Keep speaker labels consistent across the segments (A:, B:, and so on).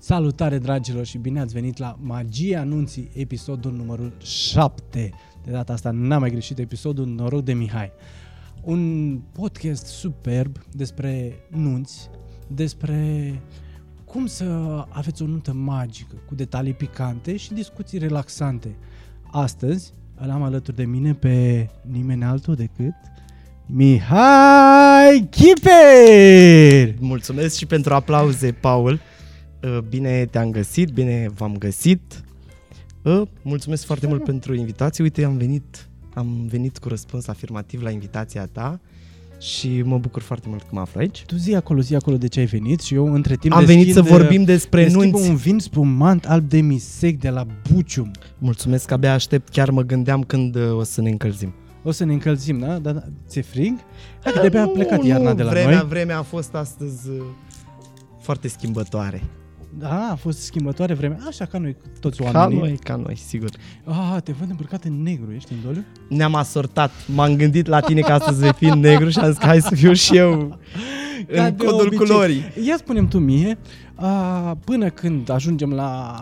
A: Salutare dragilor și bine ați venit la Magia Anunții, episodul numărul 7. De data asta n-am mai greșit episodul Noroc de Mihai. Un podcast superb despre nunți, despre cum să aveți o nuntă magică, cu detalii picante și discuții relaxante. Astăzi îl am alături de mine pe nimeni altul decât Mihai Kiper!
B: Mulțumesc și pentru aplauze, Paul. Uh, Bine te-am găsit, bine v-am găsit. Uh, Mulțumesc foarte mult pentru invitație. Uite, am venit, am venit cu răspuns afirmativ la invitația ta și mă bucur foarte mult că mă aflu aici.
A: Tu zi acolo, zi acolo de ce ai venit și eu între timp eh,
B: Am venit să vorbim despre
A: ă, deschid
B: nunți.
A: un vin spumant alb de misec de la Bucium.
B: Mulțumesc, abia aștept, chiar mă gândeam când uh, o să ne încălzim.
A: O să ne încălzim, da? da, da. Ți-e frig? Hai că de-abia a plecat iarna de la
B: vremea,
A: noi.
B: Vremea a fost astăzi uh, foarte schimbătoare.
A: Da, a fost schimbătoare vremea, așa ca noi toți
B: Ca
A: oamenii.
B: noi, ca noi, sigur.
A: Ah, te văd îmbrăcat în negru, ești în doliu?
B: Ne-am asortat, m-am gândit la tine că astăzi vei fi în negru și am zis că hai să fiu și eu
A: Ca
B: în
A: de
B: codul
A: obicei.
B: culorii.
A: Ia spunem tu mie, a, până când ajungem la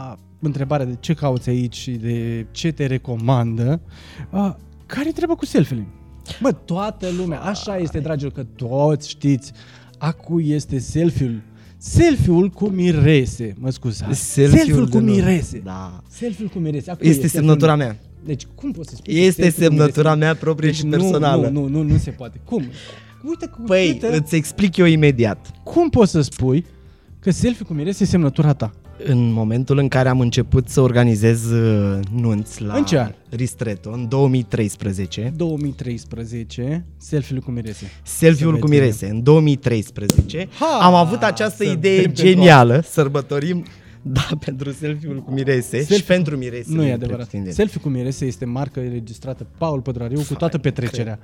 A: întrebarea de ce cauți aici și de ce te recomandă, a, care treaba cu selfie-ul? Bă, toată lumea, așa este, dragilor, că toți știți a cui este selfie-ul. Selfie-ul cu mirese, mă scuzați.
B: Selfie-ul
A: cu
B: de nunt.
A: mirese.
B: Da.
A: Selfie-ul cu mirese. a cui
B: Este semnătura
A: acum?
B: mea.
A: Deci, cum poți să spui? că
B: Este
A: selfie-ul cu mirese?
B: semnătura mea proprie
A: Deci
B: și
A: nu,
B: personală.
A: Nu, nu, nu, nu se poate. Cum? Uite, cu-
B: Păi,
A: uite,
B: îți explic eu imediat.
A: cum poți să spui că selfie cu mirese e semnătura ta?
B: În momentul în care am început să organizez uh, nunți la
A: În ce an?
B: Ristretto, în 2013,
A: 2013, selfie-ul cu mirese.
B: selfie-ul
A: Să
B: cu
A: vedem.
B: mirese, în 2013,
A: Ha!
B: am avut această
A: Să
B: idee
A: vedem pentru
B: genială, sărbătorim, da, pentru selfie-ul cu mirese și
A: Selfie-
B: pentru mirese.
A: Nu e adevărat. Selfie cu mirese este marcă înregistrată Paul Pădrariu cu toată petrecerea.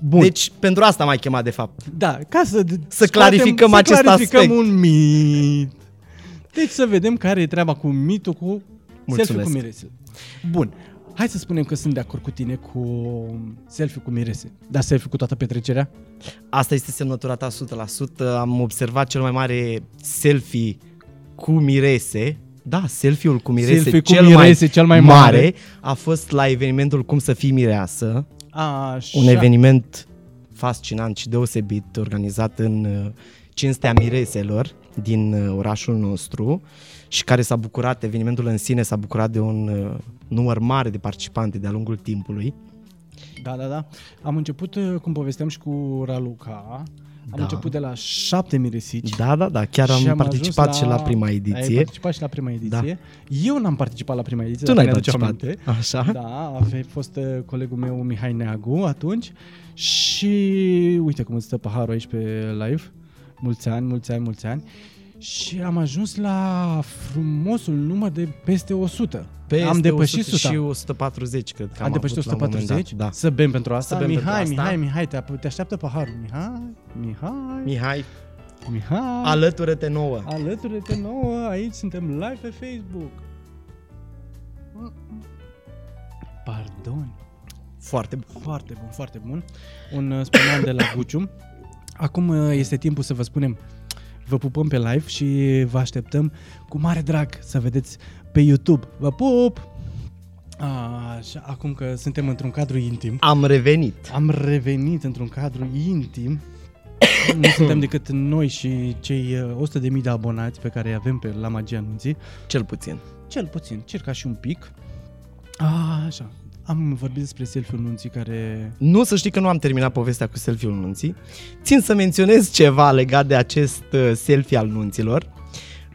A: Bun. Deci,
B: Deci, pentru asta m-ai chemat, de fapt.
A: da, ca să scoatem-
B: clarificăm
A: să
B: acest
A: clarificăm
B: aspect.
A: un mit. Deci să vedem care e treaba cu mitul cu selfie cu
B: Mulțumesc.
A: mirese. Bun. Hai să spunem că sunt de acord cu tine cu selfie cu mirese. Dar selfie cu toată petrecerea?
B: Asta este semnătura ta 100%. Am observat cel mai mare selfie cu mirese. Da, selfie-ul cu mirese,
A: Selfie cu
B: cel,
A: mirese,
B: mai
A: cel mai mare.
B: a fost la evenimentul Cum să fii mireasă,
A: Așa.
B: un eveniment fascinant și deosebit organizat în uh, cinstea mireselor din uh, orașul nostru și care s-a bucurat, evenimentul în sine s-a bucurat de un uh, număr mare de participanți de-a lungul timpului.
A: Da, da, da. Am început, uh, cum povesteam și cu Raluca, am
B: Da.
A: început de la șapte miresici.
B: Da, da, da, chiar am,
A: și
B: participat
A: ajuns
B: și la prima
A: Ai
B: ediție.
A: participat și la prima ediție. Da. Eu n-am participat la prima ediție.
B: Tu
A: dacă
B: n-ai
A: mi-aduce
B: participat.
A: aminte.
B: Așa.
A: Da, a fost uh, colegul meu Mihai Neagu atunci și uite cum îți stă paharul aici pe live. Mulți ani, mulți ani, mulți ani. Și am ajuns la frumosul număr de peste 100.
B: Peste
A: am depășit
B: 100
A: 100.
B: și 140, cred că
A: Am, depășit
B: avut la un moment
A: 140?
B: Dat, da.
A: Să bem pentru asta?
B: Să bem
A: Mihai,
B: pentru asta.
A: Mihai, Mihai, te, ap- te așteaptă paharul. Mihai, Mihai,
B: Mihai,
A: Mihai.
B: alătură-te nouă.
A: Alături de nouă, aici suntem live pe Facebook. Pardon.
B: Foarte bun.
A: Foarte bun, foarte bun. Un uh, spumant de la Bucium. Acum uh, este timpul să vă spunem, vă pupăm pe live și vă așteptăm cu mare drag să vedeți pe YouTube. Vă pup! Așa, acum că suntem într-un cadru intim.
B: Am revenit.
A: Am revenit într-un cadru intim. Nu suntem decât noi și cei uh, 100.000 de abonați pe care îi avem pe la Magia Anunții.
B: Cel puțin.
A: Cel puțin, circa și un pic. A, așa. Am vorbit despre selfie-ul nunții care...
B: Nu să știi că nu am terminat povestea cu selfie-ul nunții. Țin să menționez ceva legat de acest uh, selfie al nunților.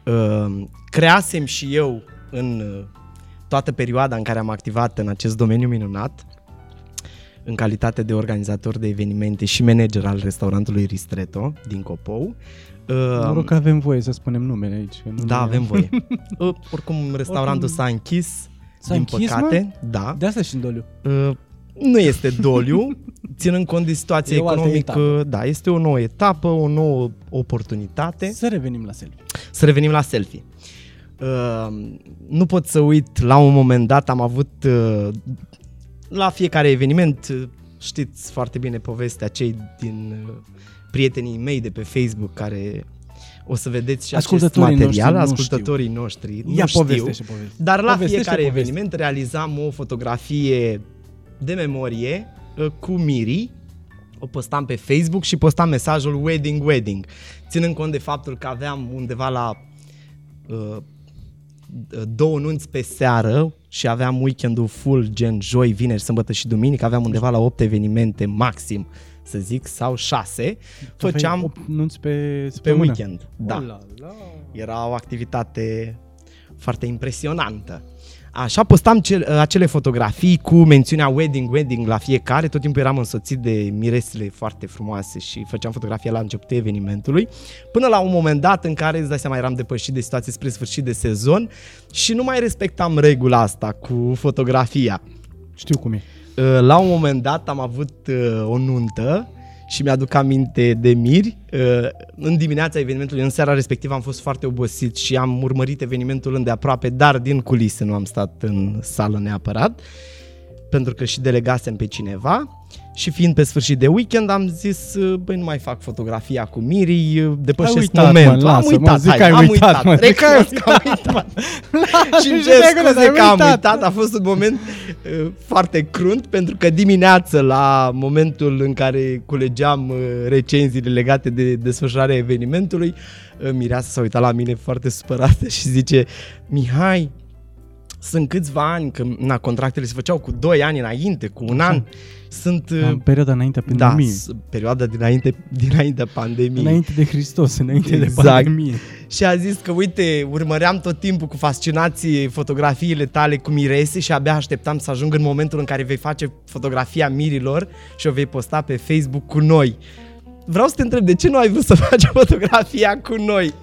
B: Uh, creasem și eu în uh, toată perioada în care am activat în acest domeniu minunat, în calitate de organizator de evenimente și manager al restaurantului Ristretto din Copou. Uh,
A: Noroc că avem voie să spunem numele aici. că nu
B: Da,
A: ne-
B: avem voie. Uh, Oricum, restaurantul s-a închis.
A: S-a
B: din
A: închis,
B: păcate, da.
A: De asta și în doliu.
B: Uh, Nu este doliu, ținând cont de situația
A: E o altă
B: economică, da, este o nouă etapă, o nouă oportunitate.
A: Să revenim la selfie.
B: Să revenim la selfie. Uh, Nu pot să uit, la un moment dat am avut uh, la fiecare eveniment, uh, știți foarte bine povestea cei din uh, prietenii mei de pe Facebook care o să vedeți și acest
A: Ascultătorii
B: material,
A: noștri nu
B: ascultătorii noștri, nu
A: Ia
B: știu,
A: povestește, povestește.
B: dar la
A: Povestește,
B: fiecare
A: povestește.
B: eveniment realizam o fotografie de memorie uh, cu Miri, o postam pe Facebook și postam mesajul wedding, wedding, ținând cont de faptul că aveam undeva la uh, două nunți pe seară și aveam weekendul full gen joi, vineri, sâmbătă și duminică, aveam undeva la 8 evenimente maxim, să zic, sau 6, făceam
A: nunți pe,
B: pe
A: săptămână.
B: weekend. Da.
A: La, la.
B: Era o activitate foarte impresionantă. Așa postam ce, acele fotografii cu mențiunea wedding, wedding la fiecare. Tot timpul eram însoțit de miresele foarte frumoase și făceam fotografia la începutul evenimentului. Până la un moment dat în care, îți dai seama, eram depășit de situație spre sfârșit de sezon și nu mai respectam regula asta cu fotografia.
A: Știu cum e.
B: Uh, la un moment dat am avut uh, o nuntă și mi-aduc aminte de miri. Uh, În dimineața evenimentului, în seara respectivă, am fost foarte obosit și am urmărit evenimentul îndeaproape, dar din culise nu am stat în sală neapărat, pentru că și delegasem pe cineva. Și fiind pe sfârșit de weekend, am zis, uh, băi, nu mai fac fotografia cu Miri, uh, depășesc
A: Ai uitat, mă,
B: momentul. am
A: lasă, mă,
B: uitat,
A: zic
B: hai,
A: că ai
B: am
A: uitat,
B: uitat,
A: mă, zic că ai
B: recunosc că am uitat și îmi cer scuze că am uitat, a fost un moment uh, foarte crunt pentru că dimineață la momentul în care culegeam uh, recenziile legate de desfășurarea evenimentului, uh, Mireasa s-a uitat la mine foarte supărată și zice Mihai, sunt câțiva ani, că na, contractele se făceau cu 2 ani înainte, cu un an, sunt... uh,
A: În perioada înainte
B: Da,
A: pandemiei.
B: s- perioada dinainte, dinainte pandemiei.
A: Înainte de Hristos, înainte de
B: Exact.
A: pandemie.
B: Și a zis că, uite, urmăream tot timpul cu fascinație fotografiile tale cu mirese și abia așteptam să ajung în momentul în care vei face fotografia mirilor și o vei posta pe Facebook cu noi. Vreau să te întreb, de ce nu ai vrut să faci fotografia cu noi?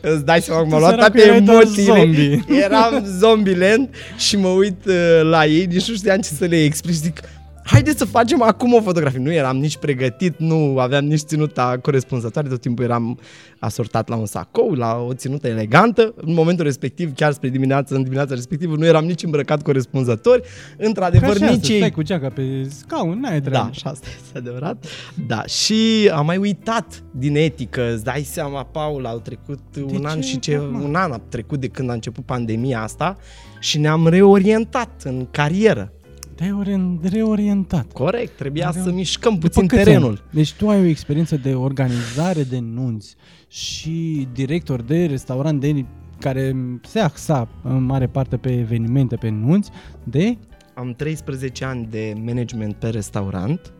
B: Îți dai seama, m-au luat
A: săracu,
B: toate
A: erai doar
B: emoțiile.
A: zombie.
B: Eram zombieland și mă uit uh, la ei, nici nu știam ce să le explic și zic, haideți să facem acum o fotografie. Nu eram nici pregătit, nu aveam nici ținuta corespunzătoare, tot timpul eram asortat la un sacou, la o ținută elegantă. În momentul respectiv, chiar spre dimineață, în dimineața respectivă, nu eram nici îmbrăcat corespunzător. Într-adevăr,
A: Ca și
B: nici
A: astăzi,
B: ei
A: stai cu geaca pe scaun, n-ai
B: da,
A: treabă.
B: și asta este adevărat. Da, și am mai uitat din etică, îți dai seama, Paul, au trecut un
A: ce
B: an și ce,
A: acum?
B: un an a trecut de când a început pandemia asta și ne-am reorientat în carieră.
A: Te-ai orien- reorientat.
B: Corect, trebuia
A: Avem-
B: să mișcăm
A: După
B: puțin
A: câți
B: terenul.
A: ani? Deci tu ai o experiență de organizare de nunți și director de restaurant de care se axa în mare parte pe evenimente, pe nunți, de
B: Am 13 ani de management pe restaurant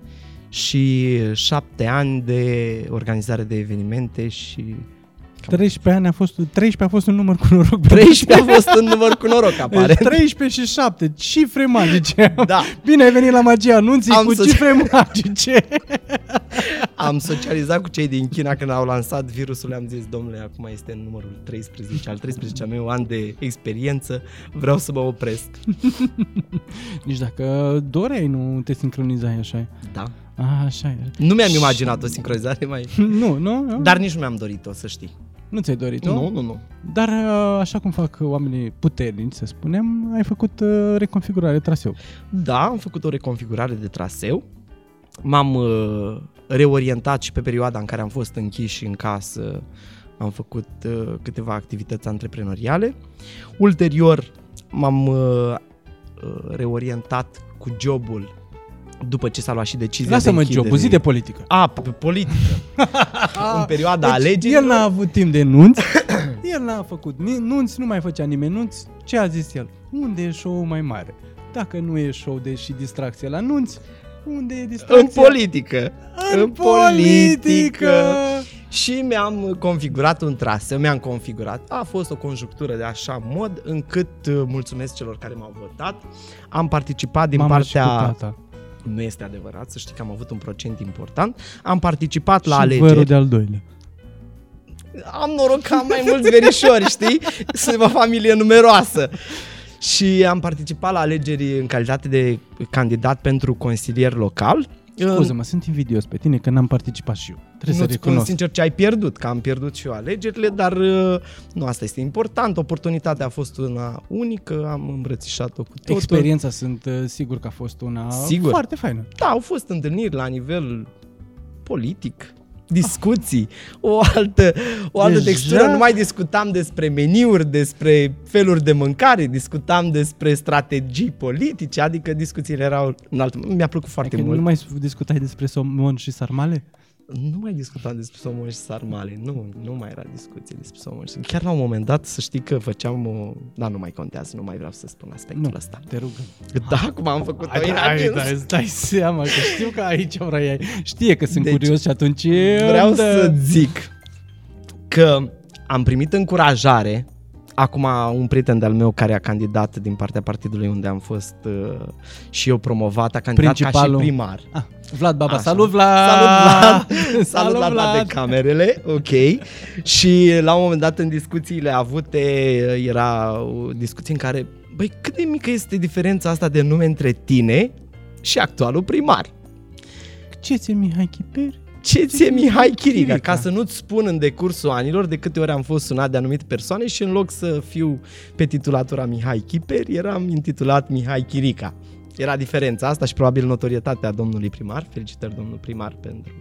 B: și 7 ani de organizare de evenimente și
A: 13 ani a fost, 13 a fost un număr cu noroc.
B: 13 a fost în număr cu noroc,
A: Deci
B: aparent.
A: 13 și 7, cifre magice.
B: Da.
A: Bine ai venit la magia anunții
B: Am
A: cu
B: să-
A: cifre magice.
B: Am socializat cu cei din China când au lansat virusul, le-am zis, domnule, acum este în numărul 13, al 13 meu an de experiență, vreau să mă opresc.
A: Nici dacă doreai, nu te sincronizai așa.
B: Da.
A: A, așa e.
B: Nu mi-am imaginat o sincronizare mai...
A: Nu, nu, nu.
B: Dar nici nu mi-am dorit-o, să știi.
A: nu ți-ai dorit, nu?
B: nu, nu.
A: Dar uh, așa cum fac oamenii puternici, să spunem, ai făcut uh, reconfigurare traseu.
B: Da, am făcut o reconfigurare de traseu. M-am uh, reorientat și pe perioada în care am fost închiși în casă. Am făcut uh, câteva activități antreprenoriale. Ulterior m-am uh, uh, reorientat cu jobul după ce s-a luat și decizia
A: Lasă-mă
B: de închidere.
A: jobul, zi de politică.
B: A, pe politică. în perioada deci, alegerilor.
A: el n-a avut timp de nunți, el n-a făcut ni- nunți, nu mai făcea nimeni nunți. Ce a zis el? Unde e show mai mare? Dacă nu e show de și distracție la nunți, unde e
B: În
A: distracție?
B: politică.
A: În politică!
B: Și mi-am configurat un traseu, mi-am configurat. A fost o conjunctură de așa mod încât uh, mulțumesc celor care m-au votat. Am participat din
A: Mamă
B: partea...
A: și cu tata.
B: Nu este adevărat, să știi că am avut un procent important. Am participat la
A: și
B: alegeri.
A: vărul de-al doilea.
B: Am noroc că am mai mulți verișori, știi? Sunt o familie numeroasă. Și am participat la alegeri în calitate de candidat pentru consilier local
A: Scuze-mă, sunt invidios pe tine că n-am participat și eu. Trebuie să
B: nu-ți spun
A: recunosc.
B: sincer ce ai pierdut, că am pierdut și eu alegerile, dar uh, nu asta este important. Oportunitatea a fost una unică, am îmbrățișat-o cu totul.
A: Experiența sunt uh, sigur că a fost una
B: Sigur.
A: foarte faină.
B: Da, au fost întâlniri la nivel politic, discuții, o altă, o altă
A: Deja?
B: textură. Nu mai discutam despre meniuri, despre feluri de mâncare, discutam despre strategii politice, adică discuțiile erau în alt. Mi-a plăcut foarte
A: Adică
B: mult.
A: nu mai discutai despre somon și sarmale?
B: Nu mai discutam despre somon și sarmale, nu, nu mai era discuție despre somon și Chiar la un moment dat, să știi că făceam o... Da, nu mai contează, nu mai vreau să spun aspectul
A: Nu.
B: ăsta.
A: Te rugăm.
B: Da, cum am făcut-o
A: Hai,
B: în
A: hai,
B: adins.
A: da, îți dai seama că știu că aici vrea ei. Știe că sunt
B: Deci,
A: curios și atunci...
B: Vreau
A: îmi dă-
B: să zic că am primit încurajare Acum un prieten de-al meu care a candidat din partea partidului unde am fost uh, și eu promovat, a candidat
A: Principalul.
B: ca și primar.
A: Ah, Vlad Baba,
B: Așa.
A: salut Vlad!
B: Salut Vlad! Ah, Salut la toate camerele, ok. Și la un moment dat în discuțiile avute era o discuție în care, băi, cât de mică este diferența asta de nume între tine și actualul primar?
A: Ce ți Mihai Chiperi?
B: Ce ție Mihai Chirica?
A: Chirica.
B: Ca să nu-ți spun în decursul anilor de câte ori am fost sunat de anumite persoane și în loc să fiu pe titulatura Mihai Chiper, eram intitulat Mihai Chirica. Era diferența asta și probabil notorietatea domnului primar. Felicitări domnul primar pentru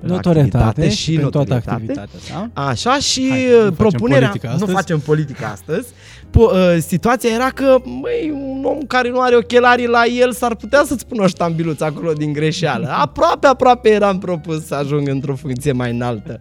A: Notorietate
B: activitate
A: și în toată
B: notorietate.
A: activitatea, da?
B: Așa și
A: Hai, nu
B: uh,
A: facem
B: propunerea,
A: politică
B: nu
A: astăzi.
B: facem politică astăzi, po- uh, situația era că măi, un om care nu are ochelarii la el s-ar putea să-ți pună o ștambiluță acolo din greșeală. Aproape, aproape eram propus să ajung într-o funcție mai înaltă.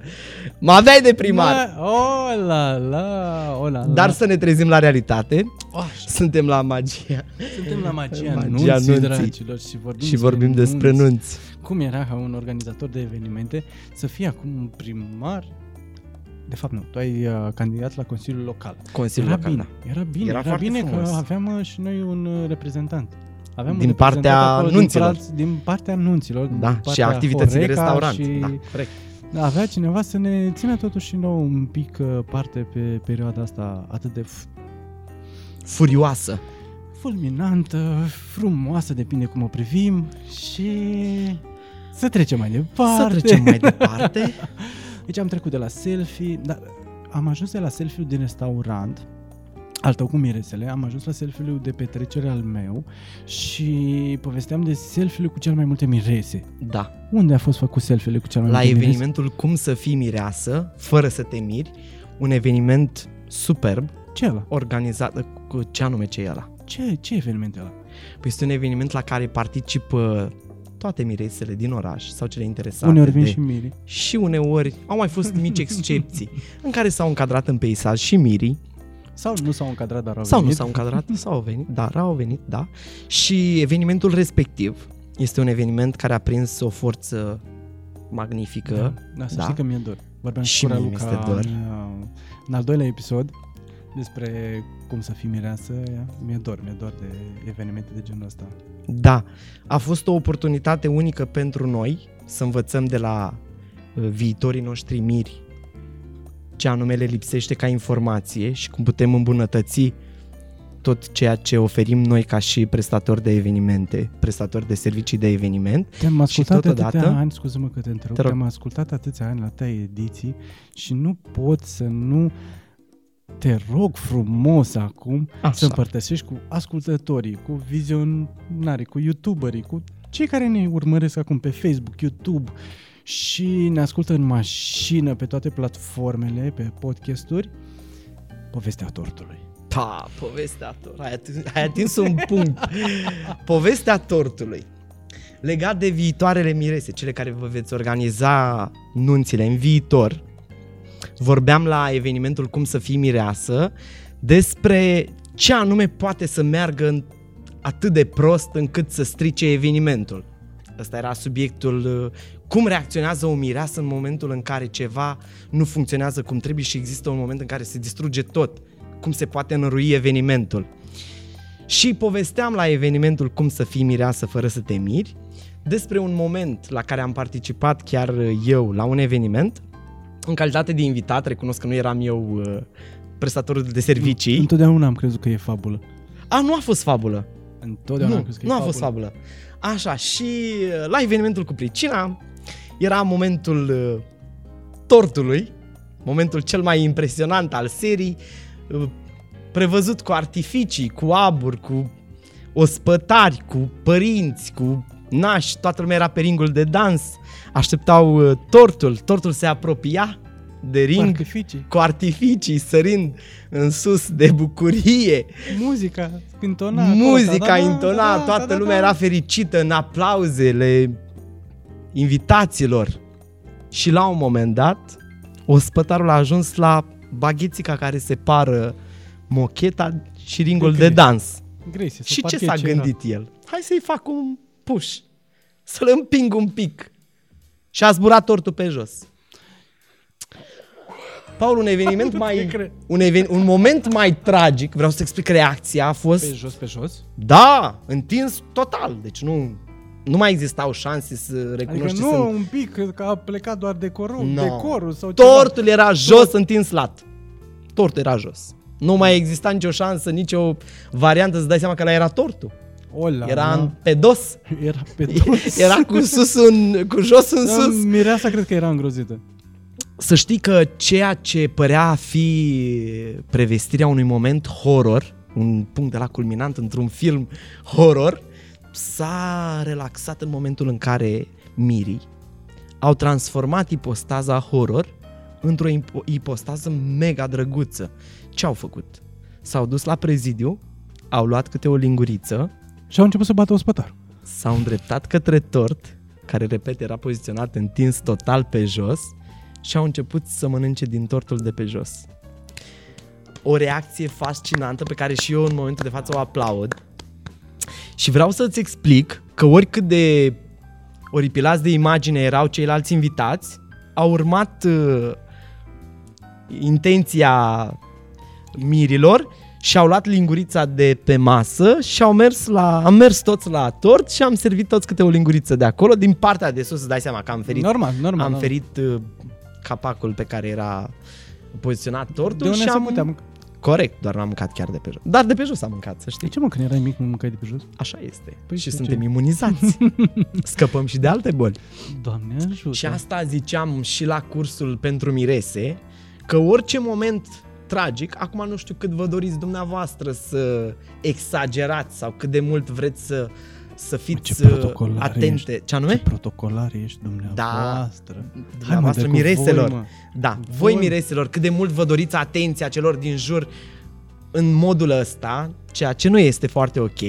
B: Mă aveai de primar.
A: Ma- O oh, la la, o la la.
B: Dar să ne trezim la realitate,
A: Așa.
B: suntem la magia
A: Suntem la magia,
B: Magia
A: magia nunții,
B: nunții.
A: dragilor, și vorbim,
B: și vorbim despre nunți.
A: Cum era ca un organizator de evenimente să fie acum un primar? De fapt, nu. Tu ai uh, candidat la Consiliul Local.
B: Consiliul
A: era
B: local,
A: bine,
B: da.
A: era bine,
B: Era
A: era,
B: foarte
A: bine
B: frumos.
A: că aveam uh, și noi un uh, reprezentant. Aveam
B: Din
A: un
B: partea
A: reprezentant acolo,
B: nunților.
A: Din, praț- din partea nunților. din
B: Da, și
A: partea
B: activități de
A: Horeca
B: restaurant.
A: Și
B: Da, corect.
A: Avea cineva să ne țină totuși și nouă un pic uh, parte pe perioada asta atât de f-
B: Furioasă.
A: fulminantă, frumoasă, depinde cum o privim și să trecem mai departe.
B: Să trecem mai departe.
A: Deci am trecut de la selfie, dar am ajuns de la selfie-ul din restaurant, al tău cu miresele, am ajuns la selfie-ul de petrecere al meu și povesteam de selfie-ul cu cel mai multe mirese.
B: Da.
A: Unde a fost făcut selfie-ul cu cel mai
B: la
A: multe mirese?
B: evenimentul Cum să fii mireasă, fără să te miri, un eveniment superb
A: Ce ăla?
B: organizat cu ce anume ce e ăla.
A: Ce, ce eveniment e ăla?
B: Păi Este un eveniment la care participă toate miresele din oraș sau cele interesate
A: Uneori vin
B: de...
A: și miri.
B: și uneori au mai fost mici excepții în care s-au încadrat în peisaj și mirii
A: Sau nu s-au încadrat, dar au
B: Sau nu
A: venit.
B: s-au încadrat, sau au venit, dar au venit, da. Și evenimentul respectiv este un eveniment care a prins o forță magnifică.
A: Da, da să
B: Da.
A: da. știi că mi-e dor. Vorbeam
B: Și
A: și cu
B: mie
A: Raluca
B: mi-este dor.
A: În, uh, în al doilea episod despre cum să fii mireasă. Mi-e dor, mi-e dor de evenimente de genul ăsta.
B: Da, a fost o oportunitate unică pentru noi să învățăm de la uh, viitorii noștri miri ce anume le lipsește ca informație și cum putem îmbunătăți tot ceea ce oferim noi ca și prestatori de evenimente, prestatori de servicii de eveniment.
A: Te-am
B: Și
A: ascultat atâția
B: totodată-
A: ani, scuze-mă că te întrerup,
B: Te
A: te
B: rog.
A: te-am ascultat atâția ani la tăi ediții și nu pot să nu te rog frumos acum Așa. să împărtășești cu ascultătorii, cu vizionarii, cu youtuberii, cu cei care ne urmăresc acum pe Facebook, YouTube și ne ascultă în mașină pe toate platformele, pe podcasturi, povestea tortului.
B: Da, povestea tortului. Ai atins, ai atins un punct. povestea tortului. Legat de viitoarele mirese, cele care vă veți organiza nunțile în viitor, vorbeam la evenimentul Cum să fii mireasă despre ce anume poate să meargă în- atât de prost încât să strice evenimentul. Ăsta era subiectul uh, cum reacționează o mireasă în momentul în care ceva nu funcționează cum trebuie și există un moment în care se distruge tot. Cum se poate înrui evenimentul. Și povesteam la evenimentul Cum să fii mireasă fără să te miri despre un moment la care am participat chiar uh, eu la un eveniment în calitate de invitat, recunosc că nu eram eu uh, prestatorul de servicii.
A: Întotdeauna am crezut că e fabulă.
B: A, nu a fost fabulă.
A: Întotdeauna
B: Nu,
A: am crezut că e
B: nu a fost fabulă. Așa, și uh, la evenimentul cu pricina era momentul uh, tortului, momentul cel mai impresionant al serii, uh, prevăzut cu artificii, cu aburi, cu ospătari, cu părinți, cu nași, toată lumea era pe ringul de dans, așteptau uh, tortul, tortul se apropia de ring
A: Artificii,
B: cu artificii sărind în sus de bucurie.
A: muzica da, intona, acolo,
B: Muzica
A: ta-da-da,
B: intona,
A: ta-da-da,
B: toată
A: ta-da-da.
B: lumea era fericită în aplauzele invitaților. Și la un moment dat, ospătarul a ajuns la baghețica care separă mocheta și ringul
A: De
B: de
A: Crist.
B: dans.
A: Gresie, să da.
B: și ce
A: parchezi
B: s-a
A: ceva.
B: gândit el? Hai să-i fac un push, să-l împing un pic. Și a zburat tortul pe jos. Paul, un eveniment mai...
A: cred.
B: Un, even, un moment mai tragic, vreau să explic reacția, a fost...
A: Pe jos, pe jos?
B: Da, întins total, deci nu, nu mai existau șanse să
A: Adică
B: recunoști
A: nu
B: ce sunt.
A: un pic, că a plecat doar decorul,
B: No.
A: decorul sau ceva.
B: Tortul era jos, întins lat. Tortul era jos. Nu mai exista nicio șansă, nicio variantă să dai seama că la era tortul.
A: Ola,
B: Era
A: na.
B: în, pe dos.
A: era pe dos.
B: Era cu sus în, cu jos în
A: Da,
B: sus.
A: Mireasa cred că era îngrozită.
B: Să știi că ceea ce părea a fi prevestirea unui moment horror, un punct de la culminant într-un film horror, s-a relaxat în momentul în care mirii au transformat ipostaza horror într-o impo- ipostază mega drăguță. Ce au făcut? S-au dus la prezidiu, au luat câte o linguriță,
A: Și au început să bată ospătarul.
B: s-au îndreptat către tort, care, repet, era poziționat întins total pe jos, și au început să mănânce din tortul de pe jos. O reacție fascinantă pe care și eu în momentul de față o aplaud. Și vreau să-ți explic că oricât de oripilați de imagine erau ceilalți invitați, au urmat uh, intenția mirilor și au luat lingurița de pe masă și au mers la, am mers toți la tort și am servit toți câte o linguriță de acolo. Din partea de sus îți dai seama că am ferit,
A: Normal, normal,
B: am
A: normal.
B: ferit uh, capacul pe care era poziționat
A: De
B: tortul
A: unde
B: și
A: se
B: am...
A: putea mânca?
B: Corect, doar n-am mâncat chiar de pe jos. Dar de pe jos am mâncat, să
A: De
B: știi.
A: ce mă, când erai mic, nu mâncai de pe jos?
B: Așa este.
A: Păi
B: Păi
A: și
B: și
A: ce?
B: suntem imunizați. Scăpăm și de alte boli.
A: Doamne ajută.
B: Și asta ziceam și la cursul pentru mirese, că orice moment tragic, acum nu știu cât vă doriți dumneavoastră să exagerați sau cât de mult vreți să, să
A: ce
B: fiți uh,
A: protocolare
B: atente.
A: ești.
B: Ce anume?
A: Ce protocolar ești dumneavoastră. Da.
B: dumneavoastră mireselor. Voi, da, voi,
A: Voi.
B: mireselor, cât de mult vă doriți atenția celor din jur în modul ăsta, ceea ce nu este foarte ok,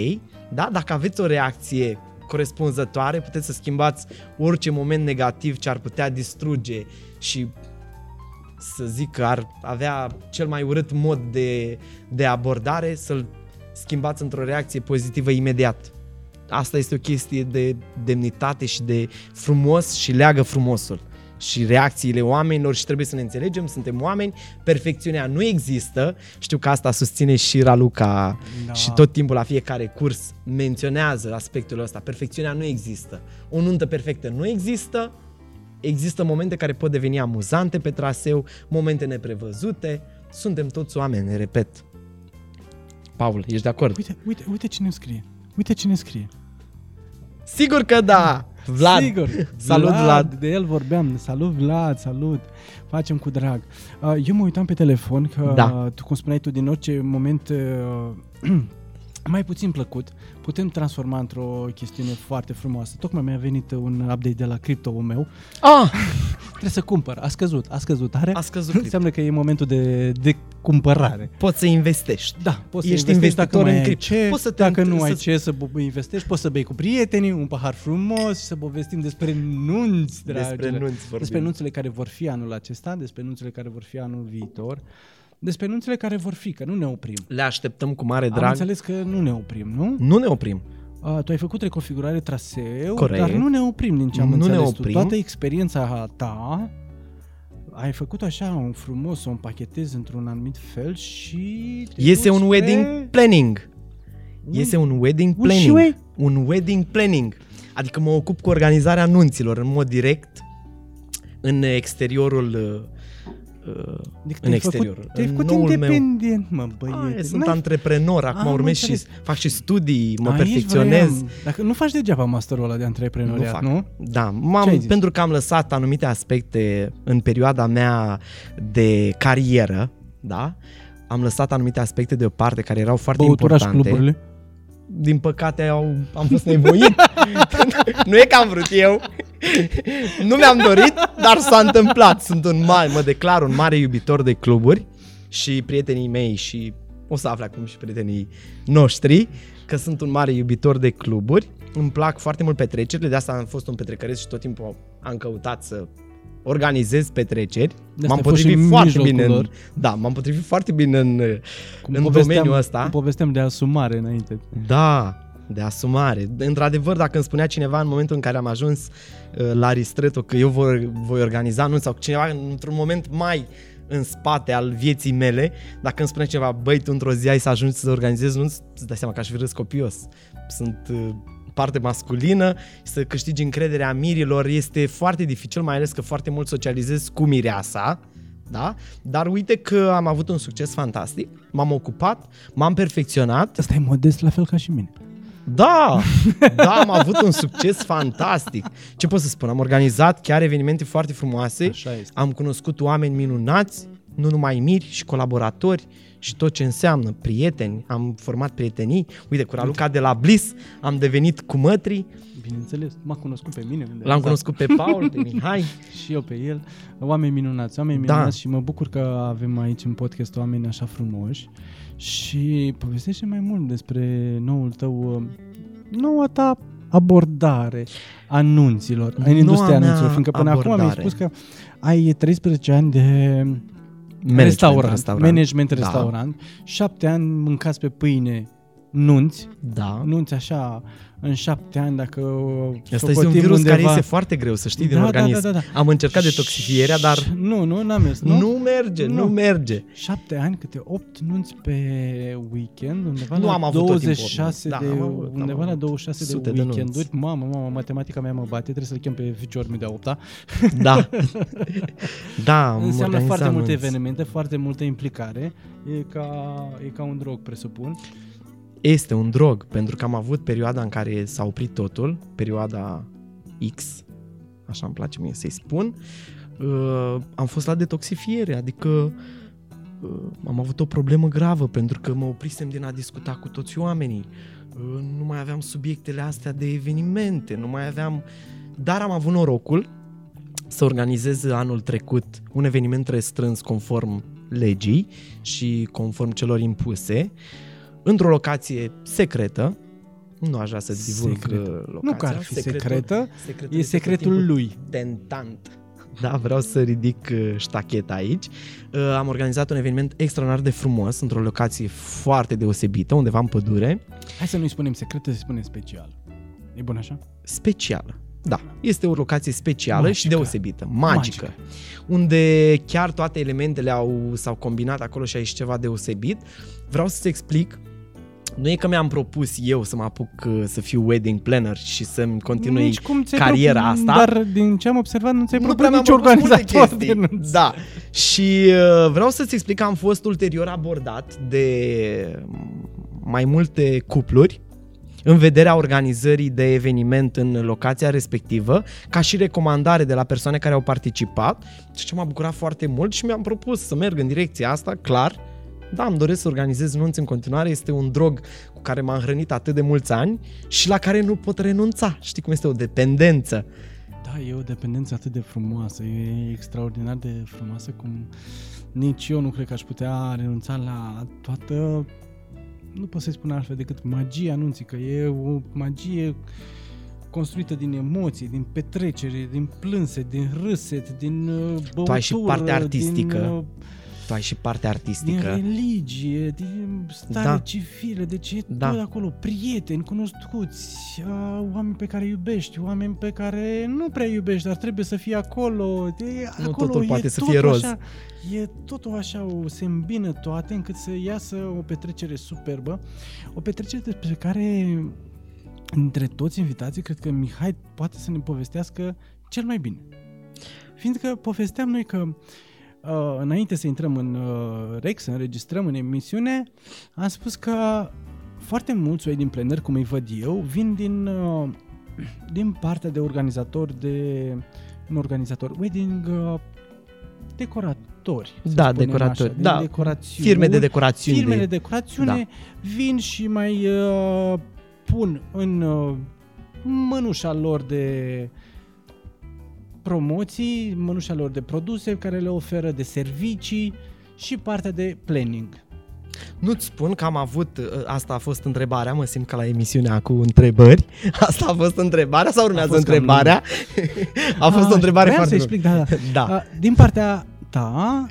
B: da? Dacă aveți o reacție corespunzătoare, puteți să schimbați orice moment negativ ce ar putea distruge și să zic că ar avea cel mai urât mod de, de abordare, să-l schimbați într-o reacție pozitivă imediat. Asta este o chestie de demnitate și de frumos și leagă frumosul și reacțiile oamenilor și trebuie să ne înțelegem, suntem oameni, perfecțiunea nu există, știu că asta susține și Raluca
A: Da.
B: da. și tot timpul la fiecare curs menționează aspectul ăsta, perfecțiunea nu există, o nuntă perfectă nu există, Există momente care pot deveni amuzante pe traseu, momente neprevăzute. Suntem toți oameni, repet. Paul, ești de acord?
A: Uite, uite, uite cine îmi scrie. Uite cine îmi scrie.
B: Sigur că da! Vlad!
A: Sigur.
B: Salut, Vlad!
A: De el vorbeam. Salut, Vlad, salut. Facem cu drag. Uh, Eu mă uitam pe telefon că,
B: Da.
A: tu, cum spuneai tu, din orice moment uh, mai puțin plăcut, putem transforma într-o chestiune foarte frumoasă. Tocmai mi-a venit un update de la cripto-ul meu.
B: Ah!
A: Trebuie să cumpăr. A scăzut, a scăzut. Are?
B: A scăzut cripto.
A: Înseamnă că e momentul de, de cumpărare.
B: Poți să Ah, investești.
A: Da, poți
B: Ești
A: să investești dacă
B: investitor
A: mai
B: în
A: ai
B: cripto.
A: ce,
B: Poți să te
A: dacă
B: între-
A: nu ai
B: să-
A: ce să bu- investești, poți să bei cu prietenii, un pahar frumos, să povestim despre nunți, dragile.
B: Despre nunți vorbim.
A: Despre nunțile care vor fi anul acesta, despre nunțile care vor fi anul viitor, despre nunțile care vor fi, că nu ne oprim.
B: Le așteptăm cu mare
A: Am
B: drag.
A: înțeles că nu ne oprim, nu?
B: Nu ne oprim.
A: A, tu ai făcut reconfigurare traseu,
B: Corect.
A: dar nu ne oprim din ce am
B: Nu ne
A: înțeles
B: oprim.
A: tu. Toată experiența ta ai făcut așa un frumos, o împachetezi într-un anumit fel și... te
B: Este
A: duci
B: un
A: pe-
B: wedding planning. Este un wedding
A: un și
B: planning.
A: we-
B: Un wedding planning. Adică mă ocup cu organizarea anunților în mod direct în exteriorul uh, uh,
A: Deci
B: în
A: te-ai
B: exterior.
A: Făcut, te-ai
B: În
A: făcut
B: noul meu.
A: independent, meu. mă, băiete.
B: Ah, sunt
A: N-ai-
B: antreprenor, acum
A: Păi, Ah, am
B: urmez și
A: înțeles.
B: fac și studii, mă
A: Aici
B: perfecționez.
A: vreau. Dacă nu faci degeaba masterul ăla de antreprenoriat, nu? nu?
B: Da,
A: Ce ai
B: m-am,
A: zis?
B: pentru că am lăsat anumite aspecte în perioada mea de carieră, da? Am lăsat anumite aspecte deoparte care erau foarte
A: Băutura și
B: importante.
A: cluburile.
B: Din păcate au, am fost nevoit. nu e că am vrut eu. nu mi-am dorit, dar s-a întâmplat. Sunt un mare, mă declar un mare iubitor de cluburi și prietenii mei și o să afle acum și prietenii noștri că sunt un mare iubitor de cluburi. Îmi plac foarte mult petrecerile, de asta am fost un petrecăreț și tot timpul am căutat să organizez petreceri.
A: De asta
B: m-am
A: ai fost și
B: potrivit
A: în
B: foarte
A: mijlocul
B: bine în,
A: lor.
B: da, m-am potrivit foarte bine în,
A: Cum
B: în
A: povesteam-
B: domeniul ăsta.
A: cum Povesteam de asumare înainte.
B: Da, de asumare. Într-adevăr, dacă îmi spunea cineva în momentul în care am ajuns uh, la Ristretto că eu voi, voi organiza anunț sau cineva într-un moment mai în spate al vieții mele, dacă îmi spunea cineva, băi, tu într-o zi ai să ajungi să organizezi anunț, îți dai seama că aș fi râs copios. Sunt uh, parte masculină, să câștigi încrederea mirilor este foarte dificil, mai ales că foarte mult socializez cu mireasa, da? Dar uite că am avut un succes fantastic, m-am ocupat, m-am perfecționat
A: Asta e modest la fel ca și mine.
B: da, da, am avut un succes fantastic. Ce pot să spun? Am organizat chiar evenimente foarte frumoase.
A: Așa este.
B: Am cunoscut oameni minunați, nu numai miri și colaboratori și tot ce înseamnă prieteni. Am format prietenii. Uite, cu Raluca de la Bliss am devenit cu mătrii.
A: Bineînțeles, m-a cunoscut pe mine. unde
B: L-am
A: era.
B: cunoscut pe Paul, pe Mihai.
A: și eu pe el. Oameni minunați, oameni
B: Da.
A: minunați și mă bucur că avem aici în podcast oameni așa frumoși și povestește mai mult despre noul tău, uh, noua ta abordare anunților, în
B: Noua
A: industria
B: mea
A: anunților, fiindcă până acum mi-ai
B: abordare.
A: spus că ai 13 ani de
B: Management,
A: restaurant,
B: restaurant.
A: management
B: Da.
A: restaurant, 7 ani mâncați pe pâine nunți,
B: Da.
A: nunți așa în 7 ani dacă
B: Asta este un
A: socotim
B: virus care
A: undeva-
B: este foarte greu să știi din
A: Da, da,
B: organism.
A: da, da, da.
B: Am încercat detoxifierea, dar
A: Nu, nu, n-am mers,
B: nu,
A: nu?
B: nu merge, nu,
A: Nu.
B: nu merge.
A: Șapte ani, câte opt nunți pe weekend, undeva
B: Nu
A: la
B: am avut tot timpul
A: 26
B: opt
A: de,
B: nunți. Da, am avut, am
A: undeva la
B: avut
A: 26
B: sute de
A: de
B: nunți.
A: weekenduri. mamă, mamă, matematica mea mă bate, trebuie să-l chem pe George mi de opta.
B: Da. da, am
A: Înseamnă
B: organizat
A: foarte multe
B: anunț.
A: evenimente, foarte multă implicare. E ca, e ca un drog, presupun.
B: Este un drog, pentru că am avut perioada în care s-a oprit totul, perioada X, așa îmi place mie să-i spun, uh, am fost la detoxifiere, adică uh, am avut o problemă gravă pentru că mă oprisem din a discuta cu toți oamenii. Uh, nu mai aveam subiectele astea de evenimente, nu mai aveam... Dar am avut norocul să organizez anul trecut un eveniment restrâns conform legii și conform celor impuse, într-o locație secretă, nu aș vrea să divulg
A: Secretă.
B: uh, locația.
A: Nu că ar fi
B: Secretul-
A: secretă,
B: secretul
A: e
B: este tot
A: secretul
B: timpul
A: lui.
B: tentant. Da, vreau să ridic uh, ștacheta aici. Uh, Am organizat un eveniment extraordinar de frumos, într-o locație foarte deosebită, undeva în pădure,
A: Hai să nu-i spunem secretă, să spunem special. E bun așa?
B: specială. Da, este o locație specială și
A: Magică.
B: deosebită, magică,
A: Magică.
B: magică, unde chiar toate elementele au, s-au combinat acolo și a ieșit ceva deosebit. Vreau să-ți explic nu e că mi-am propus eu să mă apuc uh, să fiu wedding planner și să-mi continui
A: Nici cum ți-ai
B: cariera
A: propus,
B: asta.
A: Dar din ce am observat, nu ți-ai
B: nu
A: propus
B: prea
A: nici
B: mi-am propus multe
A: organizator de
B: chestii.
A: nunți.
B: Da. Și uh, vreau să-ți explic că am fost ulterior abordat de mai multe cupluri în vederea organizării de eveniment în locația respectivă, ca și recomandare de la persoane care au participat, ceea ce m-a bucurat foarte mult și mi-am propus să merg în direcția asta, clar. Da, îmi doresc să organizez nunți în continuare, este un drog cu care m-am hrănit atât de mulți ani și la care nu pot renunța. Știi cum este o dependență?
A: Da, e o dependență atât de frumoasă, e extraordinar de frumoasă cum nici eu nu cred că aș putea renunța la toată, nu pot să-i spun altfel decât magia anunții, că e o magie construită din emoții, din petrecere, din plânse, din râset, din uh, băutură,
B: ai și partea artistică,
A: din, uh,
B: Tu ai și partea
A: din
B: artistică.
A: religie, din stare da.
B: Da.
A: civilă, deci e da.
B: Da.
A: tot acolo, prieteni, cunoscuți, a, oameni pe care iubești, oameni pe care nu prea iubești, dar trebuie să fie acolo. De,
B: Nu
A: acolo
B: totul
A: e
B: poate să
A: totul
B: fie roz.
A: Așa, e totul așa, o, se îmbină toate încât să iasă o petrecere superbă, o petrecere despre care între toți invitații, cred că Mihai poate să ne povestească cel mai bine. Fiindcă povesteam noi că uh, înainte să intrăm în uh, rec, să înregistrăm în emisiune, am spus că foarte mulți oameni din plener, cum îi văd eu, vin din, uh, din partea de organizator, de un organizator wedding, uh, decoratori. să
B: Da,
A: spunem
B: decoratori,
A: Așa, de
B: da.
A: decorațiuni,
B: Firme de decorațiuni.
A: Firmele de
B: de... Da.
A: decorațiune vin și mai uh, pun în uh, mânușa lor de promoții, mânușa lor de produse care le oferă, de servicii și partea de planning.
B: Nu-ți spun că am avut, uh, asta a fost întrebarea, mă simt ca la emisiunea cu întrebări. Asta a fost întrebarea sau urmează
A: fost cam
B: întrebarea? a fost o întrebare
A: Ah, vreau
B: foarte
A: să explic, da, da.
B: Da.
A: A, din partea ta,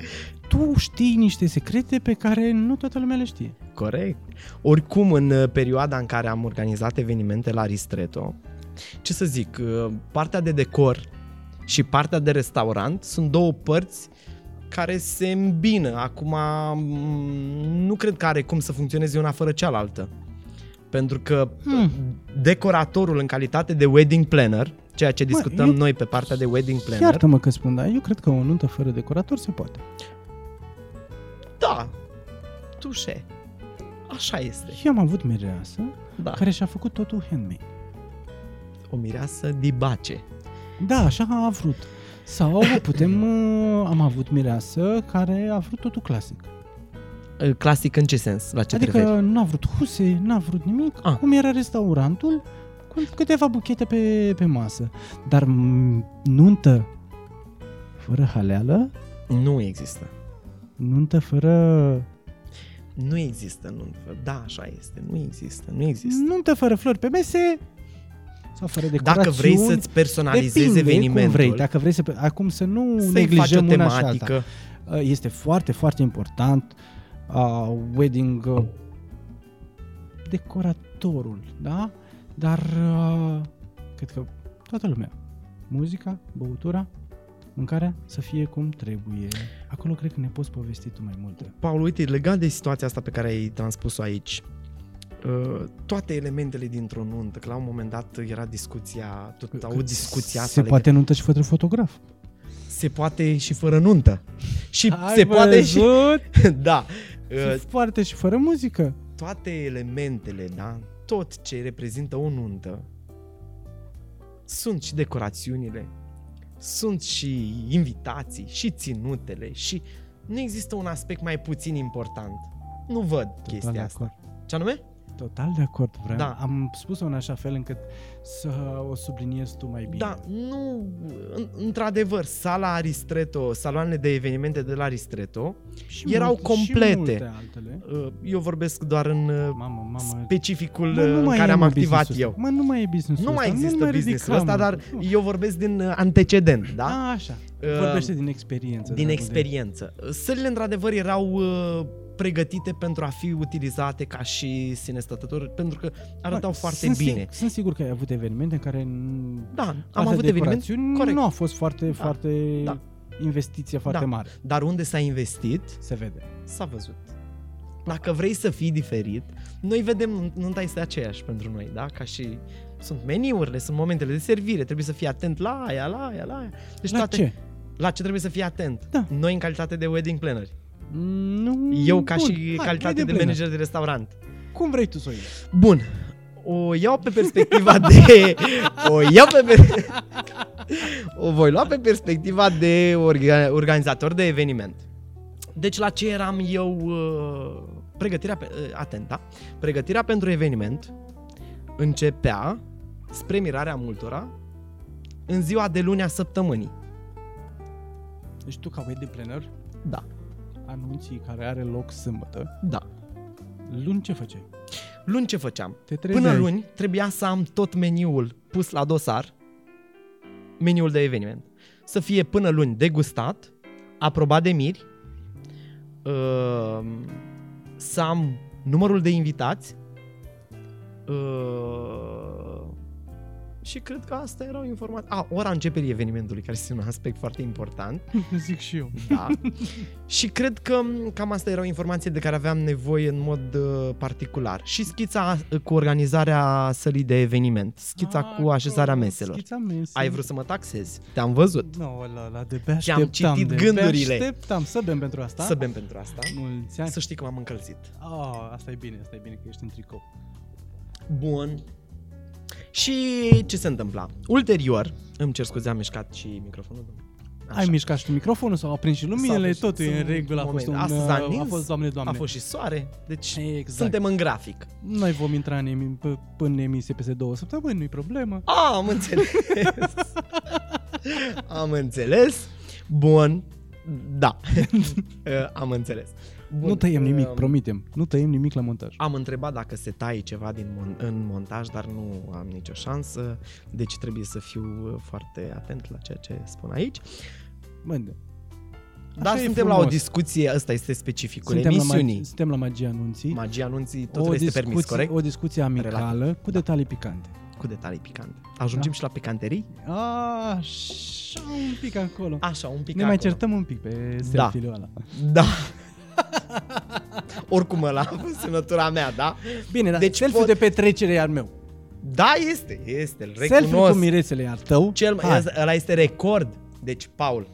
A: tu știi niște secrete pe care nu toată lumea le știe.
B: Corect. Oricum, în uh, perioada în care am organizat evenimente la Ristretto, ce să zic, uh, partea de decor și partea de restaurant sunt două părți care se îmbină. Acum, mm, nu cred că are cum să funcționeze una fără cealaltă. Pentru că uh,
A: Hmm.
B: decoratorul în calitate de wedding planner, ceea ce discutăm
A: eu-
B: noi pe partea de wedding planner,
A: Iartă-mă că spun, dar eu cred că o nuntă fără decorator se poate.
B: da, tușe, așa este,
A: Eu am avut mireasă
B: da,
A: care și-a făcut totul handmade.
B: o mireasă dibace.
A: Da, așa a vrut. Sau putem, uh, am avut mireasă care a vrut totul clasic.
B: Uh, Clasic în ce sens? La ce te referi?
A: adică n-a vrut huse, n-a vrut nimic,
B: Ah.
A: cum era restaurantul, cu câteva buchete pe, pe masă. Dar m, nuntă fără haleală,
B: Nu există.
A: nuntă fără...
B: Nu există, nu. Da, așa este. Nu există, nu există.
A: Nuntă fără flori pe mese sau fără decorațiuni.
B: Dacă vrei să-ți personalizezi
A: Depinde
B: evenimentul,
A: Cum vrei, dacă vrei să... Acum să nu
B: să-i faci o
A: neglijăm una și alta.
B: tematică.
A: Uh, este foarte, foarte important uh, wedding uh, decoratorul, da? Dar uh, cred că toată lumea, muzica, băutura, mâncarea să fie cum trebuie. Acolo cred că ne poți povesti tu mai multe.
B: Paul, uite, legat de situația asta pe care ai transpus-o aici, uh, toate elementele dintr-o nuntă, că la un moment dat era discuția, tot au
A: Se
B: discuția asta adică-
A: poate nuntă și fără fotograf.
B: legată- se poate și fără nuntă. Și se poate și... da. Uh,
A: Se poate și fără muzică.
B: toate elementele, da? Tot ce reprezintă o nuntă sunt și decorațiunile, sunt și invitații, și ținutele, și nu există un aspect mai puțin important. Nu văd
A: Total de
B: chestia asta.
A: acord.
B: Ce anume?
A: Total de acord, vreau.
B: Da.
A: Am spus-o în așa fel încât să o subliniezi tu mai bine.
B: Da, nu, în- într-adevăr, sala Aristretto, saloanele de evenimente de la Aristretto,
A: Și
B: erau
A: multe-
B: complete.
A: Și multe altele.
B: uh, eu vorbesc doar în uh,
A: Mamă, mamă.
B: specificul
A: Mă, nu
B: uh, în
A: mai
B: care
A: e,
B: am
A: mă,
B: activat
A: business-ul
B: eu.
A: ăsta. Mă, nu mai e business
B: Nu mai există business
A: business
B: ăsta, dar eu vorbesc din uh, antecedent, da?
A: A, așa.
B: Uh,
A: Ah, Vorbește din experiență.
B: din
A: dragul
B: experiență. Sălile, într-adevăr, erau uh, pregătite pentru a fi utilizate ca și sinestătători, pentru că
A: de-
B: arătau
A: Mă,
B: foarte
A: sunt
B: bine.
A: Sig- sunt sigur că ai avut evenimente în care n-
B: Da, am
A: partea
B: avut
A: de
B: evenimente,
A: decorațiuni
B: corect.
A: nu a fost foarte,
B: Da,
A: foarte
B: da.
A: investiție foarte
B: Da.
A: mare.
B: dar unde s-a investit,
A: Se vede.
B: s-a văzut. Dacă vrei să fii diferit, noi vedem, nunta este aceeași pentru noi, da? Ca și sunt meniurile, sunt momentele de servire, trebuie să fii atent la aia, la aia, la aia. Deci
A: La
B: toate,
A: ce?
B: la ce trebuie să fii atent?
A: Da.
B: Noi în calitate de wedding planneri.
A: Nu,
B: Eu ca
A: bun.
B: și
A: Hai,
B: calitate de
A: vedem plină.
B: manager de restaurant.
A: Cum vrei tu să o iei?
B: Bun. O iau pe perspectiva de... O iau pe... Per... O voi lua pe perspectiva de orga- organizator de eveniment. Deci la ce eram eu... uh, Pregătirea... Pe... uh, Atent, da? Pregătirea pentru eveniment începea, spre mirarea multora, în ziua de luni a săptămânii.
A: Deci tu ca wedding planner
B: Da,
A: anunții care are loc sâmbătă,
B: da.
A: luni ce făceai?
B: Luni ce făceam?
A: Te
B: Până
A: trezeai.
B: luni trebuia să am tot meniul pus la dosar, meniul de eveniment. Să fie până luni degustat, aprobat de miri, ehm, să am numărul de invitați, ehm, Și cred că asta erau informații. A, ora începerii evenimentului, care este un aspect foarte important.
C: Zic și eu.
B: Da. și cred că m, cam asta erau informații de care aveam nevoie în mod uh, particular. Și schița uh, cu organizarea sălii de eveniment, schița
A: Ah,
B: cu așezarea
A: acolo,
B: meselor.
A: Schița meselor.
B: Ai vrut să mă taxezi? Te-am văzut.
C: No, la, la, de pe așteptam.
B: citit
C: de
B: gândurile.
A: Pe așteptam să bem pentru asta. Da?
B: Să bem pentru asta.
A: Mulți ani.
B: Să știi că m-am încălzit.
A: Oh, asta e bine, asta e bine că ești în tricou.
B: Bun. Și ce se întâmpla? Ulterior, îmi cer scuze, am mișcat și microfonul. domnule. Așa.
A: Ai mișcat și tu microfonul sau aprins și
B: S-a
A: luminile,
B: dus-
A: totul e în
B: sunt
A: regulă, a fost
B: momente.
A: un... uh,
B: Astăzi a
A: a
B: nins,
A: fost, doamne, doamne.
B: A fost și soare, deci
A: Exact.
B: suntem în grafic.
A: Noi vom intra în emi- p- până în emisie peste două săptămâni, nu-i problemă.
B: A, am înțeles. am înțeles. Bun. Da. Uh, am înțeles. Bun.
A: Nu tăiem nimic,
B: Um,
A: promitem. Nu tăiem nimic la montaj.
B: Am întrebat dacă se taie ceva din mon- în montaj, dar nu am nicio șansă, deci trebuie să fiu uh, foarte atent la ceea ce spun aici.
A: Bă,
B: Dar
A: Așa e
B: suntem la
A: frumos.
B: o discuție, ăsta este specificul
A: suntem, la
B: emisiunii.
A: magi- suntem la magia anunții.
B: Magia anunții, totul este
A: discuție,
B: permis, corect?
A: o discuție amicală
B: Relativ.
A: cu detalii picante.
B: Cu detalii picante. Ajungem
A: Da.
B: și la picanterii?
A: Așa, un pic acolo.
B: Așa, un pic
A: ne mai
B: acolo.
A: certăm un pic pe selfie-ul ăla.
B: Da. Oricum ăla a fost semnătura mea, da?
A: Bine, dar deci
B: Deci
A: selfie-ul
B: pot-
A: de petrecere e al meu.
B: Da, este, este, îl
A: Selfie-ul cu
B: recunosc.
A: miresele e al tău.
B: Cel mai,
A: Hai.
B: ăsta- ăla este record. Deci, Paul,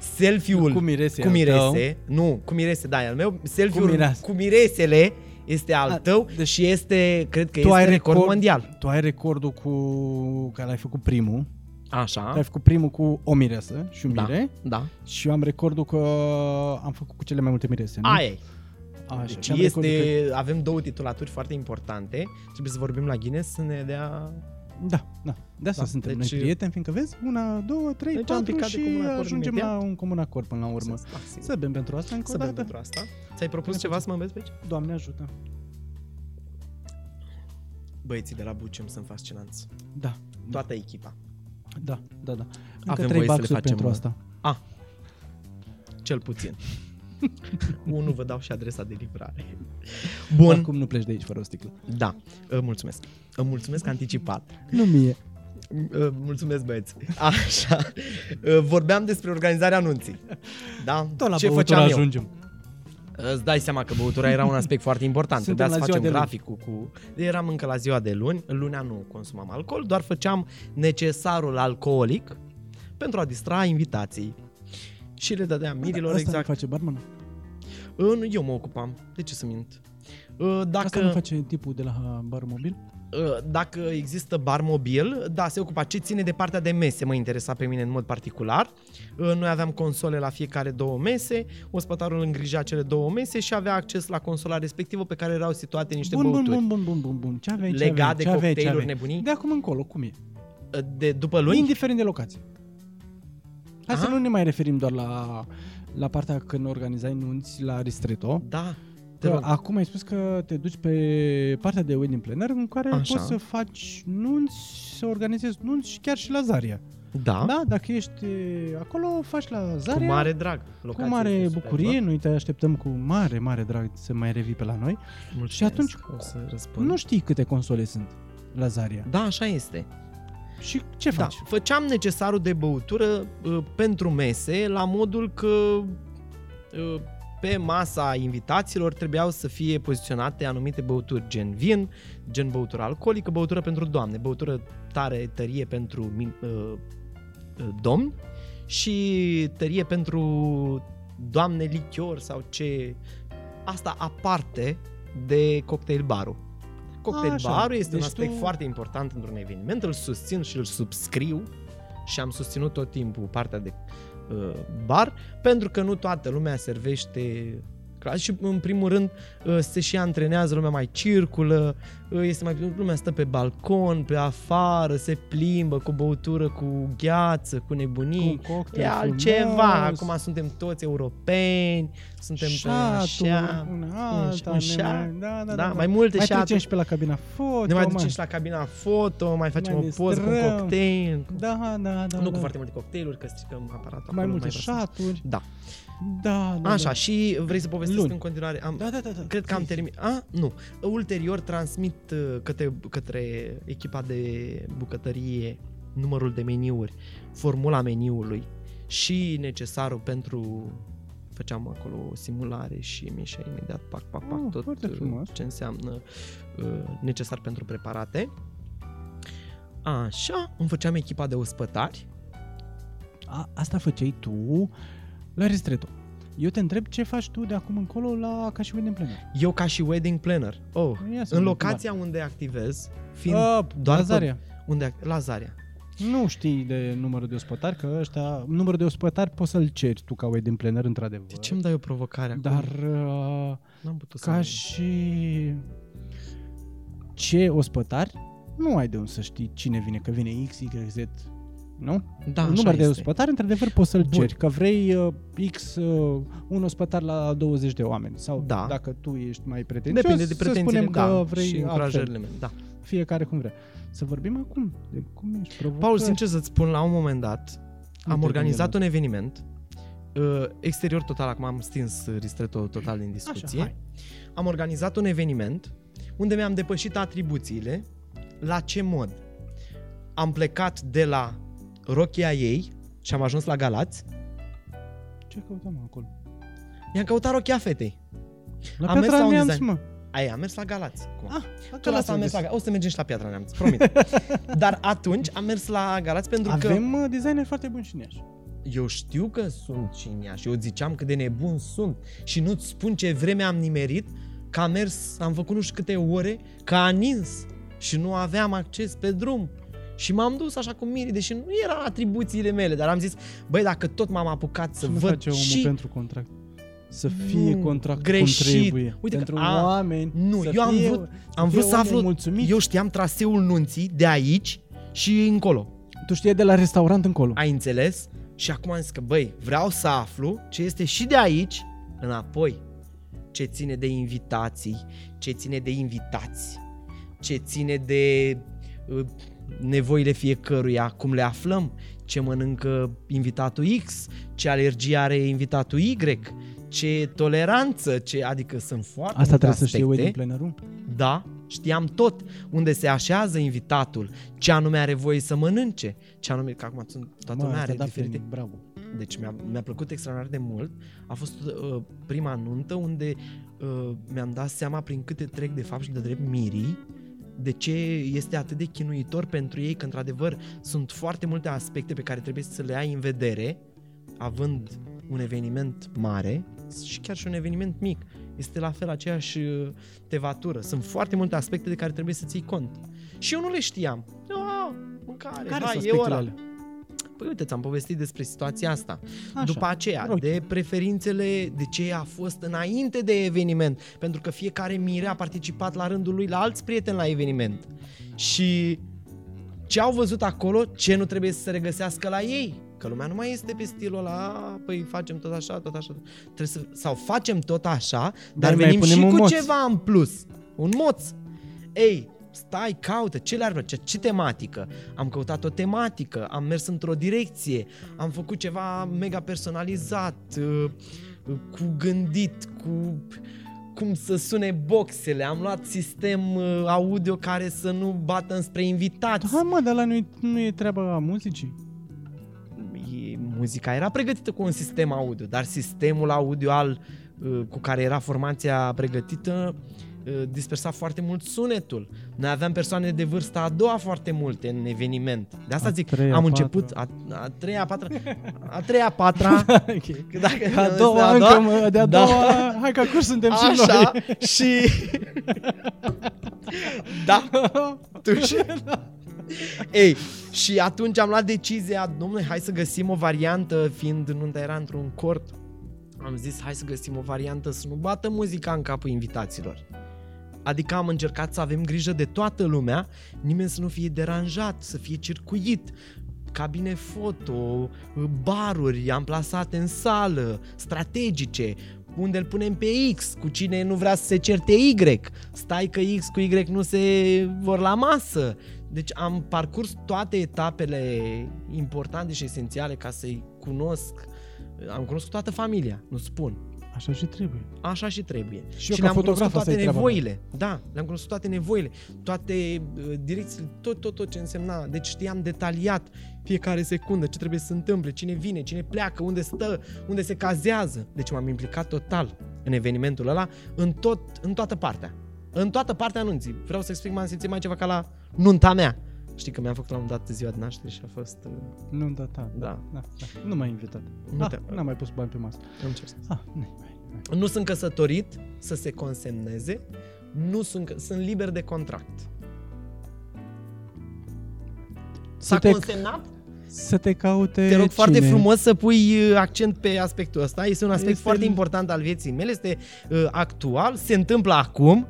B: selfie-ul
A: Cu mirese
B: cu
A: al
B: mirese nu, cu mirese, da, e al meu, selfie-ul
A: Cu
B: cu,
A: mireasă.
B: miresele este al
A: A,
B: tău
A: deci
B: și este, cred că este record, mondial.
A: Tu ai recordul cu care l-ai făcut primul. Ai
B: Așa,
A: făcut primul cu o miresă și un
B: da,
A: mire. Mm-hmm.
B: da.
A: Și eu am recordul că am făcut cu cele mai multe mirese. Nu?
B: Aia e.
A: Așa.
B: Deci
A: Și am recordul
B: este, avem două titulaturi foarte importante. Trebuie să vorbim la Guinness să ne dea...
A: Că... Da, da. De asta da,
B: Da,
A: suntem
B: deci-
A: deci... noi prieteni, fiindcă vezi, una, două, trei,
B: Deci am
A: patru
B: picat de
A: și
B: comun acord
A: ajungem
B: imediat.
A: la un comun acord până la urmă.
B: Să, da,
A: Să bem pentru asta încă
B: să
A: o
B: bem
A: dată.
B: pentru asta. Ți-ai propus ceva să mă înveți pe aici?
A: Doamne ajută.
B: Băieții de la Bucium sunt fascinanți.
A: Da,
B: Toată echipa.
A: da, da, da. Încă
B: Avem
A: trei
B: voie să le
A: baxuri
B: facem,
A: pentru
B: mă.
A: asta.
B: A, Ah, cel puțin. Unu, vă dau și adresa de livrare. Bun.
A: Acum nu pleci de aici fără o sticlă.
B: Da, Î, mulțumesc. Î, Mulțumesc anticipat.
A: Nu mie.
B: Uh, Mulțumesc, băieți. Așa. Uh, Vorbeam despre organizarea anunții. Da?
A: Tot la
B: Ce
A: băutură
B: făceam eu?
A: ajungem.
B: Îți dai seama că băutura era un aspect foarte important.
A: Suntem
B: Trebuia să
A: la ziua
B: facem
A: de
B: graficul cu... Eram încă la ziua de luni. Lunea nu consumam alcool, doar făceam necesarul alcoolic pentru a distra invitații. Și le dădeam mirilor
A: Da, Asta
B: exact.
A: nu face barman.
B: Uh, Nu, eu mă ocupam. De ce să mint? Uh, Dacă...
A: Asta nu face tipul de la barul mobil?
B: Uh, dacă există bar mobil, da, se ocupa. Ce ține de partea de mese mă interesa pe mine în mod particular. Uh, Noi aveam console la fiecare două mese, ospătarul îngrija cele două mese și avea acces la consola respectivă pe care erau situate niște
A: bun, bun,
B: băuturi.
A: bun, bun, bun, bun, bun. Ce aveai, ce
B: Legat
A: aveai,
B: de
A: ce aveai, ce
B: cocktailuri,
A: aveai?
B: nebunii?
A: De acum încolo, cum e?
B: Uh, De după luni?
A: Indiferent de locație. Hai să
B: Aha.
A: nu ne mai referim doar la, la partea când organizai nunți la Ristretto.
B: Da. Te
A: Că
B: rog.
A: acum ai spus că te duci pe partea de wedding planner în care
B: Așa.
A: poți să faci nunți, să organizezi nunți și chiar și la Zaria.
B: Da.
A: Da, dacă ești e, acolo, faci la Zaria.
B: Cu mare drag.
A: cu
B: Locația
A: mare
B: este superbă.
A: bucurie, noi te așteptăm cu mare, mare drag să mai revii pe la noi.
B: Mulțumesc.
A: Și atunci-
B: o să răspund.
A: Nu știi câte console sunt la Zaria.
B: Da, așa este.
A: Și ce
B: Da,
A: faci?
B: făceam necesarul de băutură uh, pentru mese la modul că uh, pe masa invitaților trebuiau să fie poziționate anumite băuturi gen vin, gen băutură alcoolică, băutură pentru doamne, băutură tare, tărie pentru min- uh, uh, domn și tărie pentru doamne lichior sau ce... Asta aparte de cocktail barul. Cocktail
A: Așa,
B: barul este
A: deci
B: un aspect
A: tu-
B: foarte important într-un eveniment, îl susțin și îl subscriu și am susținut tot timpul partea de uh, bar, pentru că nu toată lumea servește clas și în primul rând uh, se și antrenează, lumea mai circulă, uh, este mai lumea stă pe balcon, pe afară, se plimbă cu băutură, cu gheață, cu
A: Cu un
B: nebunii.
A: cocktail
B: E
A: frumos,
B: altceva, acum suntem toți europeni, suntem pe
A: șaturi,
B: așa,
A: una alta,
B: un șa-
A: ne mai- da, da, da,
B: da,
A: da.
B: mai multe
A: mai
B: șaturi.
A: trecem și pe la cabina foto,
B: Ne mai
A: mă.
B: ducem și la cabina foto, mai facem
A: Mai
B: o poză cu un
A: distrăm.
B: cocktail.
A: Da, da, da.
B: nu
A: da.
B: cu foarte multe cocktailuri, că stricăm aparatul.
A: mai
B: acolo,
A: multe
B: vreau să-
A: șaturi.
B: Da.
A: Da, da.
B: Așa,
A: da.
B: și vrei să povestesc
A: Luni.
B: în continuare? Am,
A: Da, da, da, da.
B: Cred că am
A: Zi, zi.
B: terminat. A, nu. Ulterior transmit dat uh, către, către echipa de bucătărie numărul de meniuri, formula meniului și necesarul pentru făceam acolo o simulare și mi-și imediat pac, pac, pac,
A: Oh,
B: tot
A: foarte
B: uh,
A: frumos.
B: ce înseamnă uh, necesar pentru preparate. Așa, îmi făceam echipa de ospătari.
A: A, asta făceai tu la Ristretto. Eu te întreb ce faci tu de acum încolo la ca și Wedding Planner.
B: Eu ca și wedding planner. Oh,
A: Ia să Oh.
B: în
A: vedem
B: locația unde activez,
A: cum
B: fiind
A: ar- A,
B: doar
A: Lazarea.
B: unde ac- Lazarea.
A: Ă, Nu știi de numărul de ospătari, că ăștia, numărul de ospătari poți să-l ceri tu ca wedding planner, într-adevăr.
B: De ce îmi dai o provocare acum?
A: Dar uh,
B: N-am putut să
A: ca
B: văd.
A: și ce ospătari, nu ai de unde să știi cine vine, că vine X, Y, Z, nu?
B: da,
A: Un
B: așa
A: număr de
B: este.
A: ospătari, într-adevăr, poți să-l
B: Bun.
A: ceri, că vrei uh, X, uh, un ospătar la 20 de oameni. Sau
B: Da.
A: dacă tu ești mai pretențios,
B: Depinde de
A: Deci să
B: pretențiile
A: spunem
B: da,
A: că vrei
B: și
A: altfel,
B: încurajările mele. Da.
A: fiecare cum vrea. Să vorbim acum de cum ești provocări.
B: Paul, sincer să-ți spun, la un moment dat am
A: te
B: organizat
A: gândeam.
B: un eveniment uh, exterior total, acum am stins uh, ristretul total din discuție.
A: hai.
B: am organizat un eveniment unde mi-am depășit atribuțiile la ce mod. Am plecat de la rochia ei și am ajuns la Galați.
A: Ce căutam acolo?
B: I-am căutat rochia fetei.
A: La
B: Am mers la
A: Petra
B: un
A: Neamț,
B: design.
A: mă.
B: Aia, am mers la Galați. Cum?
A: Ah,
B: Tu lasă, am mers la Galați. O să mergem și la Piatra Neamț, promit. Dar atunci am mers la Galați pentru că...
A: Avem uh, designer foarte buni și în Iași.
B: Eu știu că sunt cinia și eu ziceam cât de nebun sunt și nu-ți spun ce vreme am nimerit, că am mers, am făcut nu știu câte ore, că a nins și nu aveam acces pe drum. Și m-am dus așa cu miri, deși nu erau atribuțiile mele, dar am zis, băi, dacă tot m-am apucat să
A: Ce nu
B: văd
A: face omul
B: și...
A: pentru contract? Să fie
B: Nu,
A: contract
B: greșit.
A: cum trebuie.
B: Uite că-
A: pentru
B: a,
A: oameni.
B: nu,
A: să
B: eu am
A: fie,
B: vrut- Am vrut să
A: omul
B: aflu,
A: mulțumit.
B: eu știam traseul nunții de aici și încolo.
A: Tu știi de la restaurant încolo.
B: Ai înțeles? Și acum am zis că, băi, vreau să aflu ce este și de aici înapoi. Ce ține de invitații, ce ține de invitați, ce ține de uh, nevoile fiecăruia, cum le aflăm, ce mănâncă invitatul X, ce alergie are invitatul Y, ce toleranță, ce, adică sunt foarte
A: Asta
B: multe
A: trebuie să știe
B: aspecte.
A: wedding plannerul.
B: Da, știam tot unde se așează invitatul, ce anume are voie să mănânce, ce anume, că acum sunt, toată
A: Mă,
B: lumea
A: asta
B: are
A: da
B: diferite.
A: film, bravo.
B: Deci mi-a, mi-a plăcut extraordinar de mult. A fost uh, prima nuntă unde uh, mi-am dat seama prin câte trec de fapt și de drept mirii, de ce este atât de chinuitor pentru ei, că într-adevăr sunt foarte multe aspecte pe care trebuie să le ai în vedere, având un eveniment mare și chiar și un eveniment mic. Este la fel aceeași uh, tevatură. Sunt foarte multe aspecte de care trebuie să ții cont. Și eu nu le știam. Ah, mâncare,
A: Care
B: hai,
A: sunt
B: e
A: aspectele
B: ora.
A: alea?
B: Păi uite, ți-am povestit despre situația asta.
A: Așa.
B: După aceea,
A: Ok.
B: de preferințele, de ce a fost înainte de eveniment, pentru că fiecare mire a participat la rândul lui la alți prieteni la eveniment. Și ce au văzut acolo, ce nu trebuie să se regăsească la ei. Că lumea nu mai este pe stilul ăla, păi facem tot așa, tot așa. Trebuie să, sau facem tot așa, dar,
A: Dar mai
B: venim
A: punem
B: și
A: un
B: cu
A: moț.
B: ceva în plus. Un moț. Ei, stai, caută, ce le-ar plăcea, ce tematică. Am căutat o tematică, am mers într-o direcție, am făcut ceva mega personalizat, uh, uh, cu gândit, cu cum să sune boxele, am luat sistem uh, audio care să nu bată înspre invitați.
A: Da, Hai mă, dar la nu e, nu e treaba a muzicii.
B: e, muzica era pregătită cu un sistem audio, dar sistemul audio al uh, cu care era formația pregătită uh, dispersa foarte mult sunetul. Noi aveam persoane de vârsta a doua foarte multe în eveniment. De asta
A: A
B: zic,
A: treia,
B: am
A: a
B: început a, a treia, a patra, a treia, a patra,
A: ok.
B: că dacă
A: A doua,
B: a
A: încă,
B: doua
A: mă, de-a
B: Da.
A: doua, hai că acum suntem și
B: așa
A: noi.
B: și da, atunci. da. Ei, și atunci am luat decizia, domnule, hai să găsim o variantă, fiind nunta era într-un cort, am zis, hai să găsim o variantă să nu bată muzica în capul invitaților. Adică am încercat să avem grijă de toată lumea, nimeni să nu fie deranjat, să fie circuit, cabine foto, baruri amplasate în sală, strategice, unde îl punem pe X, cu cine nu vrea să se certe Y, stai că X cu Y nu se vor la masă. Deci am parcurs toate etapele importante și esențiale ca să-i cunosc. Am cunoscut toată familia, nu spun.
C: Așa și trebuie.
B: Așa și trebuie.
A: Și eu ca
B: le-am
A: fotograf
B: cunoscut
A: asta
B: toate
A: e treaba
B: nevoile. Da, le-am cunoscut toate nevoile, toate uh, direcțiile, tot, tot, tot ce însemna. Deci știam detaliat fiecare secundă ce trebuie să se întâmple, cine vine, cine pleacă, unde stă, unde se cazează. Deci m-am implicat total în evenimentul ăla, în, tot, în toată partea. În toată partea anunții. Vreau să explic, m-am simțit mai ceva ca la nunta mea. Știi că mi-am făcut la un moment dat ziua de naștere și a fost... uh,
A: Nu, da, da, da.
B: Da,
A: da. Nu m-ai invitat.
B: Nu
A: Ah,
B: te-
A: n-am mai pus bani pe masă.
B: îmi cer scuze.
A: Ah, nu, nu,
B: Nu sunt căsătorit să se consemneze, nu sunt, că- sunt liber de contract. S-a
A: Să te-
B: consemnat?
A: Să te caute
B: Te rog
A: cine?
B: foarte frumos să pui uh, accent pe aspectul ăsta. Este un aspect
A: Este-
B: foarte important al vieții mele, este uh, actual, se întâmplă acum,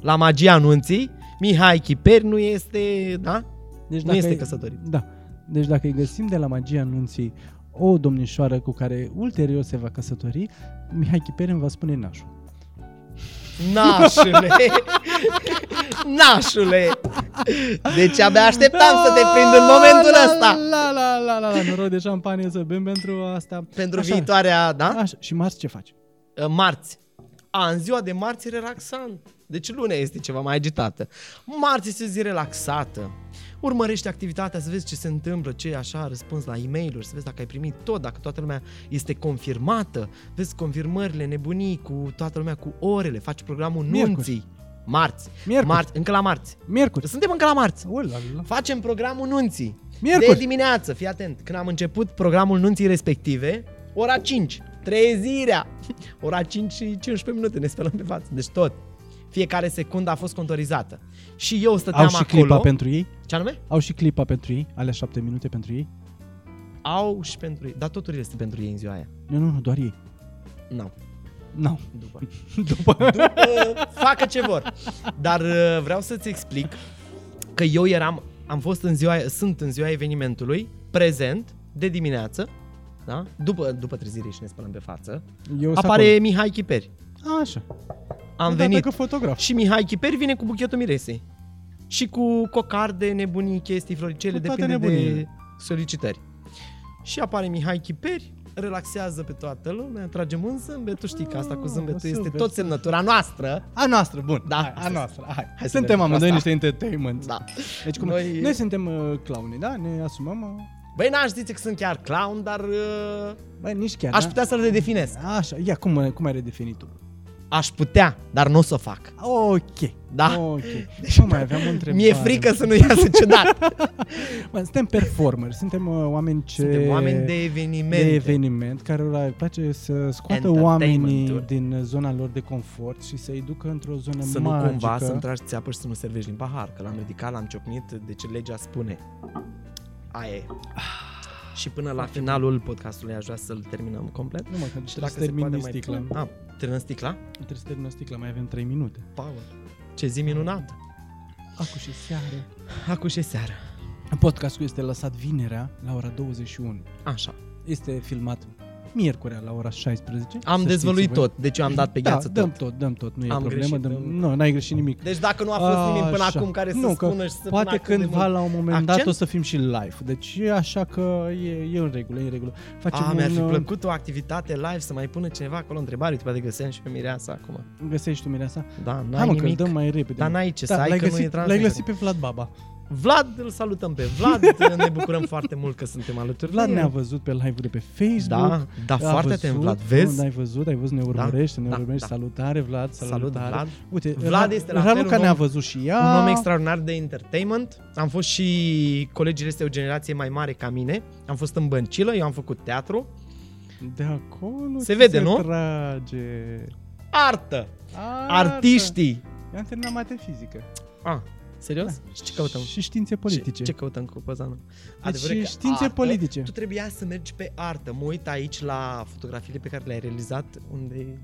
B: la magia anunții. Mihai Chiper nu este, da?
A: Deci
B: Nu
A: dacă
B: este
A: ai-
B: căsătorit.
A: Da. Deci dacă îi găsim de la magia anunții o domnișoară cu care ulterior se va căsători, Mihai Chiperin va spune nașul.
B: Nașule! Nașule! Deci abia așteptam să te prind în momentul
A: La,
B: ăsta.
A: La, la, la, la, la, noroc de șampanie să bem pentru asta.
B: Pentru
A: Așa.
B: viitoarea, da?
A: Așa, și marți ce faci?
B: uh, marți. A, în ziua de marți e relaxant. Deci lunea este ceva mai agitată. Marți este o zi relaxată. Urmărește activitatea să vezi ce se întâmplă, ce așa răspuns la e mail să vezi dacă ai primit tot, dacă toată lumea este confirmată, vezi confirmările nebunii cu toată lumea cu orele, faci programul
A: Miercuri.
B: nunții. Marți.
A: Miercuri.
B: Marți, încă la marți.
A: Miercuri.
B: Suntem încă la marți.
A: Ulala.
B: Facem programul nunții.
A: Miercuri.
B: De dimineață, fii atent. Când am început programul nunții respective, ora 5, trezirea. Ora 5 și 15 minute, ne spălăm pe față. Deci tot. Fiecare secundă a fost contorizată. Și eu stăteam
A: Au și
B: acolo.
A: clipa pentru ei?
B: Ce anume?
A: Au și clipa pentru ei? Alea șapte minute pentru ei?
B: Au și pentru ei. Dar totul este pentru ei în ziua aia.
A: Nu, nu, nu, doar ei.
B: Nu,
A: Nu.
B: după.
A: După.
B: Uh, facă ce vor. Dar uh, vreau să-ți explic că eu eram, am fost în ziua, sunt în ziua evenimentului, prezent, de dimineață, da? După, după trezire și ne spălăm pe față,
A: Eu sunt
B: apare Mihai Chiperi.
A: acolo. Așa.
B: Am
A: Da,
B: venit
A: Dacă fotograf.
B: și Mihai Chiperi vine cu buchetul miresei. Și cu cocarde, nebunii, chestii, floricele,
A: Cu toate
B: depinde de
A: nebuniile.
B: solicitări. Și apare Mihai Chiperi, relaxează pe toată lumea, tragem un zâmbet, tu știi că asta cu
A: Ah,
B: zâmbetul
A: super.
B: este tot semnătura noastră.
A: A noastră, bun.
B: Da,
A: Hai, a
B: asta-
A: noastră, hai.
B: hai să
A: Suntem
B: mergem cu
A: amândoi
B: asta.
A: niște entertainment.
B: Da.
A: Deci cum noi,
B: Noi-
A: noi suntem uh, clowni, da? Ne asumăm. Uh,
B: Băi, n-aș zice că sunt chiar clown, dar uh,
A: bă, nici chiar.
B: aș
A: da?
B: putea să-l redefinesc.
A: Așa, ia cum, cum ai redefinit tu?
B: Aș putea, dar nu o să o fac.
A: Ok.
B: Da.
A: Ok. Deci, mai aveam o întrebare.
B: Mi-e frică să nu iasă ciudat.
A: Mă, suntem performeri, suntem uh, oameni ce...
B: Suntem oameni de evenimente.
A: de eveniment care le place să scoată oamenii
B: Entertainment-uri.
A: din zona lor de confort și să-i ducă într-o zonă
B: Să nu
A: magică.
B: cumva să-mi tragi țeapă și să nu servești din pahar, că l-am ridicat, l-am ciocnit, deci legea spune. Aia e. Și până la finalul podcastului aș vrea să-l terminăm complet.
A: Nu mă, că
B: Și
A: trebuie
B: dacă
A: să
B: se poate
A: termin
B: mai...
A: sticla.
B: Ah, terminăm sticla?
A: Trebuie să termin sticla, mai avem 3 minute.
B: Paul. Ce zi minunată.
A: Acu și seară.
B: Acum și seara.
A: Podcastul este lăsat vinerea la ora 21.
B: Așa.
A: Este filmat miercurea la ora 16.
B: Am
A: să
B: dezvăluit
A: știți voi.
B: tot, deci eu am dat pe
A: da,
B: gheață
A: dăm
B: tot.
A: tot, dăm tot, nu e
B: Am
A: problemă,
B: greșit,
A: dăm,
B: dăm-
A: nu, n-ai greșit nimic.
B: Deci dacă nu a fost nimeni până
A: Așa.
B: acum care să
A: nu, că
B: spună și să pună
A: Poate
B: atât de
A: cândva
B: mult-
A: la un moment dat
B: accent?
A: o să fim și live. Deci e așa că e, e în regulă, e în regulă. Facem
B: A, Ah, mi-ar fi
A: un,
B: plăcut o activitate live să mai pună cineva acolo întrebare, uite, poate găseam și pe Mireasa acum.
A: Găsești tu mireasa?
B: Da, n-ai
A: Hai mă, că îl
B: nimic.
A: dăm mai repede. Da,
B: Dar n-ai ce să ai,
A: l-ai
B: că nu e
A: găsit, L-ai
B: transmitere.
A: găsit pe Vlad Baba.
B: Vlad, îl salutăm pe Vlad, ne bucurăm foarte mult că suntem alături
A: Vlad
B: de el.
A: ne-a văzut pe live-uri de pe Facebook.
B: Da, da,
A: a
B: foarte
A: văzut,
B: atent, Vlad,
A: Nu,
B: vezi?
A: ai văzut, ai văzut, ne urmărește, ne
B: da,
A: urmărește.
B: da.
A: Salutare, Vlad, salutare.
B: Salut, Vlad.
A: Uite,
B: Vlad
A: Ra-
B: este la fel
A: Raluca
B: un om-
A: ne-a văzut și ea.
B: Un om extraordinar de entertainment. Am fost și colegii este o generație mai mare ca mine. Am fost în băncilă, eu am făcut teatru,
A: De acolo
B: Se
A: ce
B: vede,
A: se
B: nu?
A: trage.
B: artă,
A: Artă.
B: artiștii.
A: Eu am terminat mate fizică.
B: A, serios?
A: Da.
B: Și ce căutăm?
A: Și științe politice.
B: Ce, ce căutăm cu Păzană?
A: și științe politice.
B: Tu trebuia să mergi pe artă. Mă uit aici la fotografiile pe care le-ai realizat unde...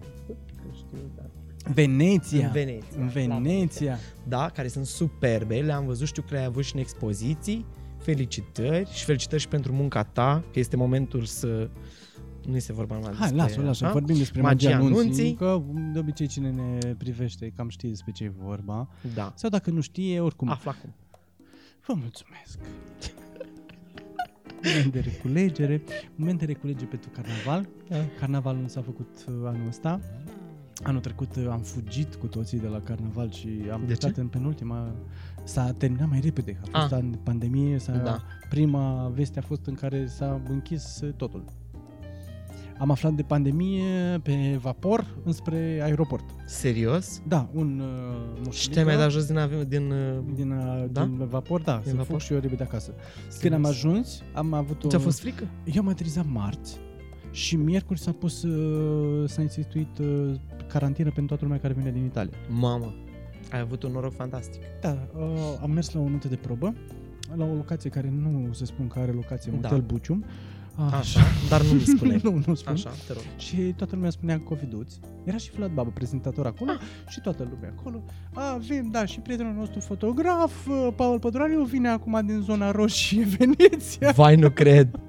B: Nu știu, dar...
A: Veneția.
B: În Veneția.
A: În Veneția.
B: da, care sunt superbe, le-am văzut, știu că le-ai avut și în expoziții, felicitări și felicitări și pentru munca ta, că este momentul să... Nu este vorba numai
A: Hai,
B: despre
A: lasă, lasă,
B: așa.
A: vorbim despre
B: Magia
A: magia, anunții,
B: anunții.
A: că de obicei cine ne privește cam știe despre ce e vorba.
B: Da,
A: Sau dacă nu știe, oricum.
B: afla acum.
A: Vă mulțumesc. moment de reculegere, moment de reculegere pentru carnaval. Da. Carnavalul nu s-a făcut uh, anul ăsta. Anul trecut uh, am fugit cu toții de la carnaval și am
B: De
A: plecat în penultima. S-a terminat mai repede, a fost
B: Ah.
A: an de pandemie, s-a,
B: Da.
A: prima veste a fost în care s-a închis uh, totul. Am aflat de pandemie pe vapor înspre aeroport.
B: Serios?
A: Da, un uh,
B: Și
A: moșulică
B: te-ai mai dat jos din avion, din... uh,
A: din, uh,
B: Da?
A: din vapor, da, să
B: vapor?
A: fug și eu repede acasă. Când
B: serios?
A: am ajuns, am avut o...
B: Ți-a fost frică?
A: Eu am aterizat marți și miercuri s-a pus, uh, s-a instituit uh, carantină pentru toată lumea care vine din Italia.
B: Mamă, ai avut un noroc fantastic.
A: Da, uh, am mers la o notă de probă, la o locație care nu se spun că are locație, un
B: Da.
A: hotel Bucium. Ah,
B: Așa, dar nu mi spune.
A: nu, nu spun.
B: Așa, te rog.
A: Și toată lumea spunea coviduți. Era și Vlad Babă, prezentator acolo ah. și toată lumea acolo. Avem, da, și prietenul nostru fotograf, uh, Paul Pădurariu, vine acum din zona roșie Veneția.
B: Vai, nu cred.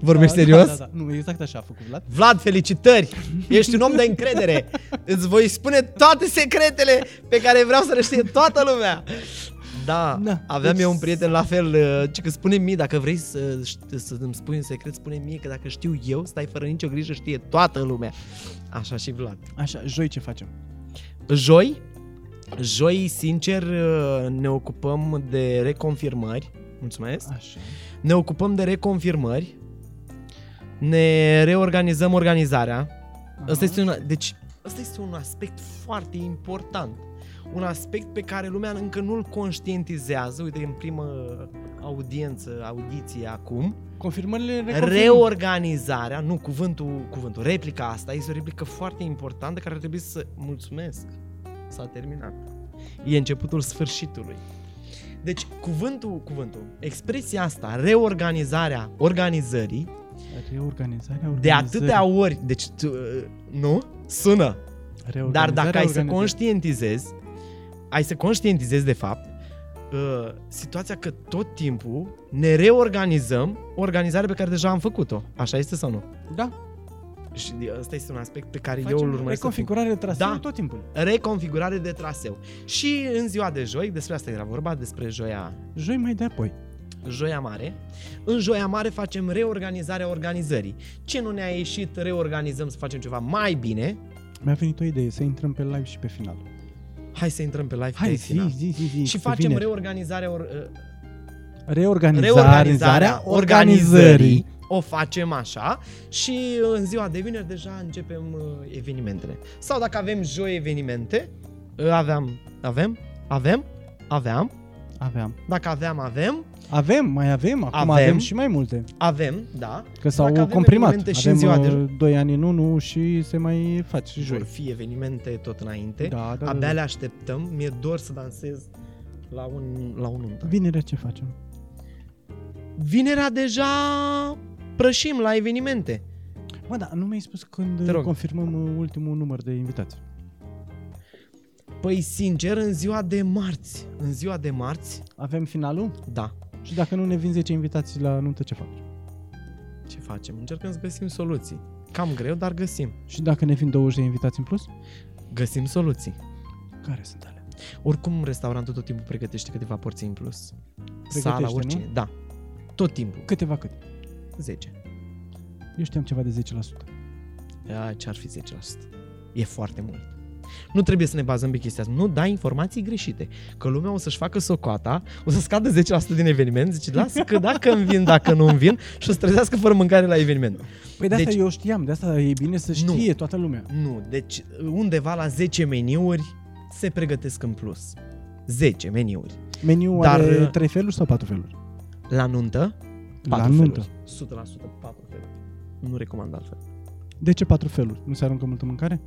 B: Vorbești
A: da,
B: serios?
A: Da, da, da. Nu, exact așa a făcut Vlad.
B: Vlad, felicitări! Ești un om de încredere! Îți voi spune toate secretele pe care vreau să le știe toată lumea! Da,
A: Da,
B: da aveam
A: deci-
B: eu un prieten la fel, uh, ci că spune mie, dacă vrei să, șt- să îmi spui un secret, spune mie că dacă știu eu, stai fără nicio grijă, știe toată lumea. Așa și Vlad.
A: Așa, joi ce facem?
B: Joi, joi, sincer, uh, ne ocupăm de reconfirmări. Mulțumesc.
A: Așa.
B: Ne ocupăm de reconfirmări. Ne reorganizăm organizarea. Asta este un, deci, asta este un aspect foarte important. Un aspect pe care lumea încă nu-l conștientizează. Uite, în primă audiență, audiție acum.
A: Confirmările reconfirm.
B: Reorganizarea, nu, cuvântul, cuvântul, replica asta este o replică foarte importantă care ar trebui să... Mulțumesc, s-a terminat. E începutul sfârșitului. Deci, cuvântul, cuvântul, expresia asta, reorganizarea organizării,
A: Reorganizarea
B: de
A: organizării.
B: atâtea ori, deci, tu, nu? Sună. Dar
A: Reorganizarea
B: dacă ai să
A: organizării.
B: conștientizezi, ai să conștientizezi de fapt uh, situația că tot timpul ne reorganizăm organizarea pe care deja am făcut-o. Așa este sau nu?
A: Da,
B: Și ăsta este un aspect pe care eu îl
A: facem
B: urmăresc. să fac.
A: reconfigurare de traseu
B: Da.
A: tot timpul.
B: Reconfigurare de traseu. Și în ziua de joi, despre asta era vorba, despre joia,
A: Joi mai de apoi.
B: joia mare. În joia mare facem reorganizarea organizării. Ce nu ne-a ieșit, reorganizăm să facem ceva mai bine.
A: Mi-a venit o idee, să intrăm pe live și pe final.
B: Hai să intrăm pe live
A: Hai,
B: pe
A: zi,
B: final.
A: zi, zi, zi.
B: Și
A: pe
B: facem
A: vineri.
B: reorganizarea or,
A: reorganizarea
B: reorganizarea organizării. O facem așa și uh, în ziua de vineri deja începem uh, evenimentele. Sau dacă avem joi evenimente, uh, aveam, avem, avem, aveam,
A: Aveam.
B: dacă aveam, avem,
A: Avem, mai avem, acum avem,
B: Avem.
A: avem și mai multe.
B: avem, da.
A: Că s-au
B: Dacă avem
A: comprimat.
B: evenimente și în ziua de-
A: 2 ani în 1 și se mai face și
B: Vor
A: joi.
B: fi evenimente tot înainte.
A: Da, da,
B: Abia
A: da.
B: le așteptăm. Mi-e dor să dansez la un, la un nuntă.
A: Vinerea ce facem?
B: Vinerea deja prășim la evenimente.
A: Mă, da, nu mi-ai spus când
B: Te rog.
A: confirmăm uh, ultimul număr de invitați.
B: Păi sincer, în ziua de marți, în ziua de marți,
A: Avem finalul?
B: da,
A: Și dacă nu ne vin 10 invitații la nuntă, ce fac?
B: ce facem? Încercăm să găsim soluții. Cam greu, dar găsim.
A: Și dacă ne vin 20 de invitați în plus?
B: Găsim soluții.
A: Care sunt alea?
B: Oricum, restaurantul tot timpul pregătește câteva porții în plus. Sala,
A: Pregătește,
B: orice, da. Tot timpul,
A: Câteva cât?
B: 10.
A: Eu știam ceva de 10%.
B: A, ce ar fi 10%? E foarte mult. Nu trebuie să ne bazăm pe chestia asta. Nu dai informații greșite. Că lumea o să-și facă socoata, o să scadă 10% din eveniment, zice, lasă că dacă îmi vin, dacă nu îmi vin, și o să trezească fără mâncare la eveniment.
A: Păi de asta
B: Deci-
A: eu știam, de asta e bine să
B: Nu.
A: știe toată lumea.
B: Nu, deci undeva la 10 meniuri se pregătesc în plus. 10 meniuri.
A: Meniul
B: Dar,
A: are
B: uh,
A: 3 feluri sau 4 feluri?
B: La nuntă, 4
A: la nuntă.
B: feluri. 100% 4 feluri. Nu recomand altfel.
A: De ce 4 feluri? Nu se aruncă multă mâncare?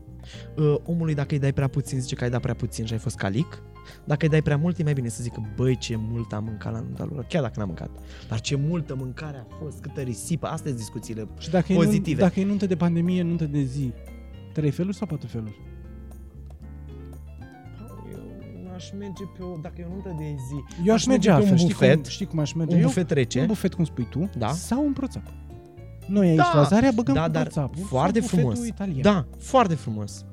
B: Uh, omului dacă îi dai prea puțin, zice că ai dat prea puțin și ai fost calic. Dacă îi dai prea mult, e mai bine să zică, băi, ce mult am mâncat la nunta lor, chiar dacă n-am mâncat. Dar ce multă mâncare a fost, câtă risipă, astea sunt discuțiile.
A: Și dacă E,
B: Pozitive.
A: nun- dacă e nuntă de pandemie, nuntă de zi, 3 feluri sau 4 feluri?
B: Eu aș merge pe o, dacă e o nuntă de zi,
A: Eu aș,
B: Aș
A: merge
B: merge pe un
A: altfel, știi
B: bufet.
A: cum, știi cum aș merge
B: un
A: eu?
B: bufet trece.
A: Un bufet, cum spui tu,
B: Da.
A: sau un proțap. Noi aici
B: Da,
A: la Zarea băgăm
B: da, dar
A: proțapul sau
B: foarte
A: bufetul
B: frumos.
A: Italian.
B: Da, foarte frumos.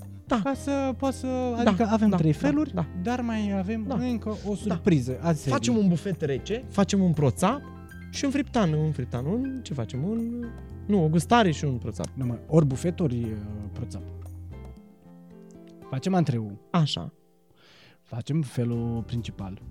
A: Ca să poți să... Adică avem
B: da,
A: trei
B: da,
A: feluri,
B: da.
A: dar mai avem
B: Da.
A: încă o surpriză. Azi se
B: Facem
A: vine.
B: un bufet rece, facem un proțap și un friptan, un friptan, un, ce facem, un, nu, o gustare și un prățap.
A: Nu mai, ori bufet, ori uh, proțap. Facem antreu,
B: Așa.
A: facem felul principal,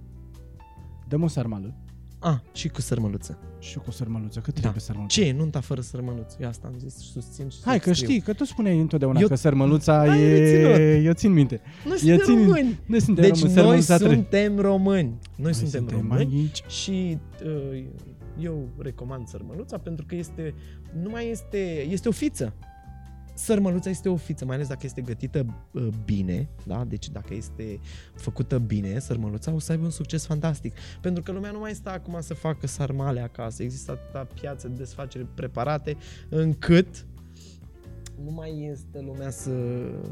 A: dăm o sarmală
B: A, și cu sărmăluță.
A: și cu o sarmaluță. Cât da. trebuie sarmaluță?
B: Ce e nunta fără sărmăluță? Eu asta am zis și susțin și
A: Hai că
B: subscriu.
A: știi, că tu spuneai întotdeauna eu...
B: Eu-
A: că sarmăluța
B: Hai,
A: e...
B: reținut.
A: Eu țin minte.
B: Noi
A: Eu
B: suntem
A: țin-
B: români.
A: Noi suntem
B: Deci
A: români,
B: noi
A: sarmăluța trebuie.
B: suntem români. Noi suntem români.
A: aici.
B: Și uh, eu recomand sărmăluța pentru că este, nu mai este, este o fiță. Sărmăluța este o fiță, mai ales dacă este gătită uh, bine, da? deci dacă este făcută bine, sărmăluța o să aibă un succes fantastic. Pentru că lumea nu mai stă acum să facă sarmale acasă, există atâta piață de desfacere preparate încât nu mai este lumea să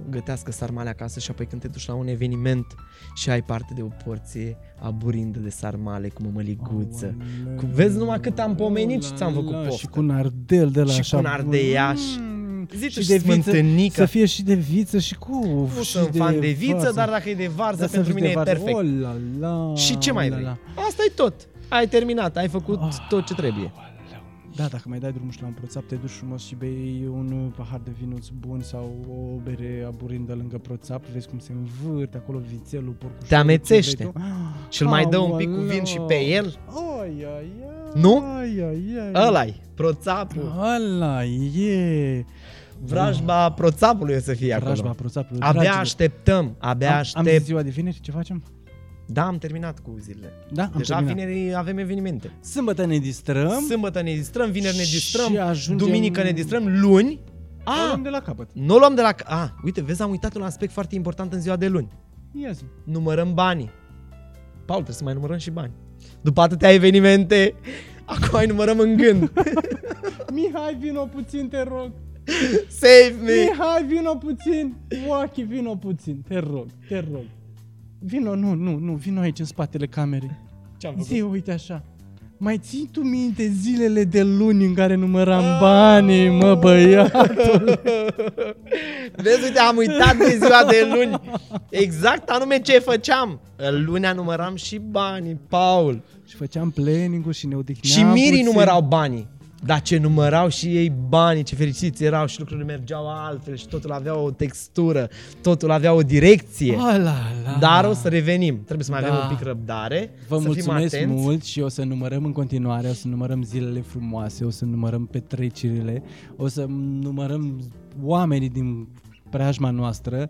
B: gătească sarmale acasă și apoi când te duci la un eveniment și ai parte de o porție aburindă de sarmale cu mămăliguță. Cu- vezi numai cât am pomenit și ți-am făcut
A: La, la,
B: poftă.
A: Și cu un ardel de la
B: Și cu
A: așa.
B: un ardeiaș.
A: Mm, și
B: Zice și
A: de viță,
B: smântânică.
A: să fie și de viță și cu uf,
B: Nu
A: și
B: sunt fan de viță,
A: varză.
B: dar dacă e de varză,
A: Dar să
B: pentru
A: fii
B: mine
A: de
B: e
A: varză.
B: perfect.
A: O, la, la,
B: Și ce mai
A: la,
B: vrei?
A: la.
B: asta e tot. Ai terminat, ai făcut
A: Ah.
B: tot ce trebuie.
A: Da, dacă mai dai drumul și la un proțap, te duci frumos și bei un pahar de vinuț bun sau o bere aburindă lângă proțap, vezi cum se învârte acolo vițelul, porcușorul.
B: Te amețește.
A: cum vei tu.
B: Și-l mai dă un
A: Aoleu.
B: pic cu vin și pe el.
A: Ai, ai, ai,
B: Nu?
A: Ai, ai, ai.
B: Ăla-i, proțapul.
A: Ăla e.
B: Vrajba proțapului o să fie
A: Vrajba
B: acolo.
A: proțapului.
B: Abia
A: dragilor.
B: așteptăm, abia
A: Am, am zis
B: aștept.
A: ziua de vineri, ce facem?
B: Da, am terminat cu zilele.
A: Da, am
B: Deja
A: terminat.
B: vineri avem evenimente.
A: Sâmbătă ne distrăm.
B: Sâmbătă ne distrăm, vineri ne
A: Și
B: distrăm,
A: ajungem-
B: duminică ne distrăm, luni.
A: O
B: A,
A: luăm de la capăt.
B: nu o luăm de la... A, uite, vezi, am uitat un aspect foarte important în ziua de luni.
A: Yes.
B: numărăm banii. Paul, trebuie să mai numărăm și bani. După atâtea evenimente, acum mai numărăm în gând.
A: Mihai, vino puțin, te rog.
B: Save me!
A: Mihai, vino puțin. Joachi, vino puțin, te rog, te rog. Vino, nu, nu, nu, vino aici în spatele camerei.
B: Ce-am
A: Zi, uite așa. Mai ții tu minte zilele de luni în care număram banii, mă băiatul?
B: Vezi, uite, am uitat de ziua de luni. Exact anume ce făceam. În Lunea număram și banii, Paul.
A: Și făceam planning-ul și ne odihneam
B: și mirii
A: puțin.
B: numărau banii. Dar ce numărau și ei banii, ce fericiți erau și lucrurile mergeau altfel și totul avea o textură, totul avea o direcție.
A: Ala, la.
B: Dar o să revenim. Trebuie să mai
A: Ah. Da.
B: avem un pic răbdare.
A: Vă
B: să
A: mulțumesc
B: fim atenți.
A: mult și o să numărăm în continuare, o să numărăm zilele frumoase, o să numărăm petrecerile, o să numărăm oamenii din preajma noastră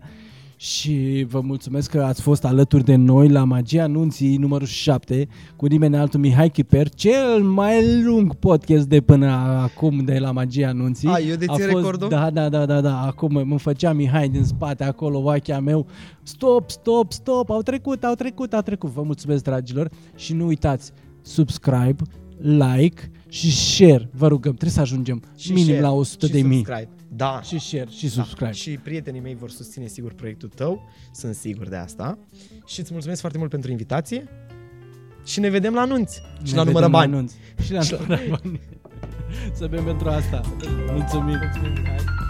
A: și vă mulțumesc că ați fost alături de noi la Magia Anunții numărul 7 cu nimeni altul Mihai Chiper, cel mai lung podcast de până acum de la Magia Anunții.
B: A, eu dețin
A: A
B: recordul?
A: Da, da, da, da, da, acum mă făcea Mihai din spate acolo, oachea meu. Stop, stop, stop, au trecut, au trecut, au trecut. Vă mulțumesc, dragilor, și nu uitați, subscribe, like și share. Vă rugăm, trebuie să ajungem și minim
B: share,
A: la 100
B: și
A: de mii.
B: subscribe. Da.
A: Și share și subscribe.
B: da. Și prietenii mei vor susține sigur proiectul tău, sunt sigur de asta. Și îți mulțumesc foarte mult pentru invitație. Și ne vedem la anunți. Și
A: Ne
B: la numără
A: vedem
B: bani.
A: anunț. Și la numără bani. Să bem pentru asta. Mulțumim. Mulțumim.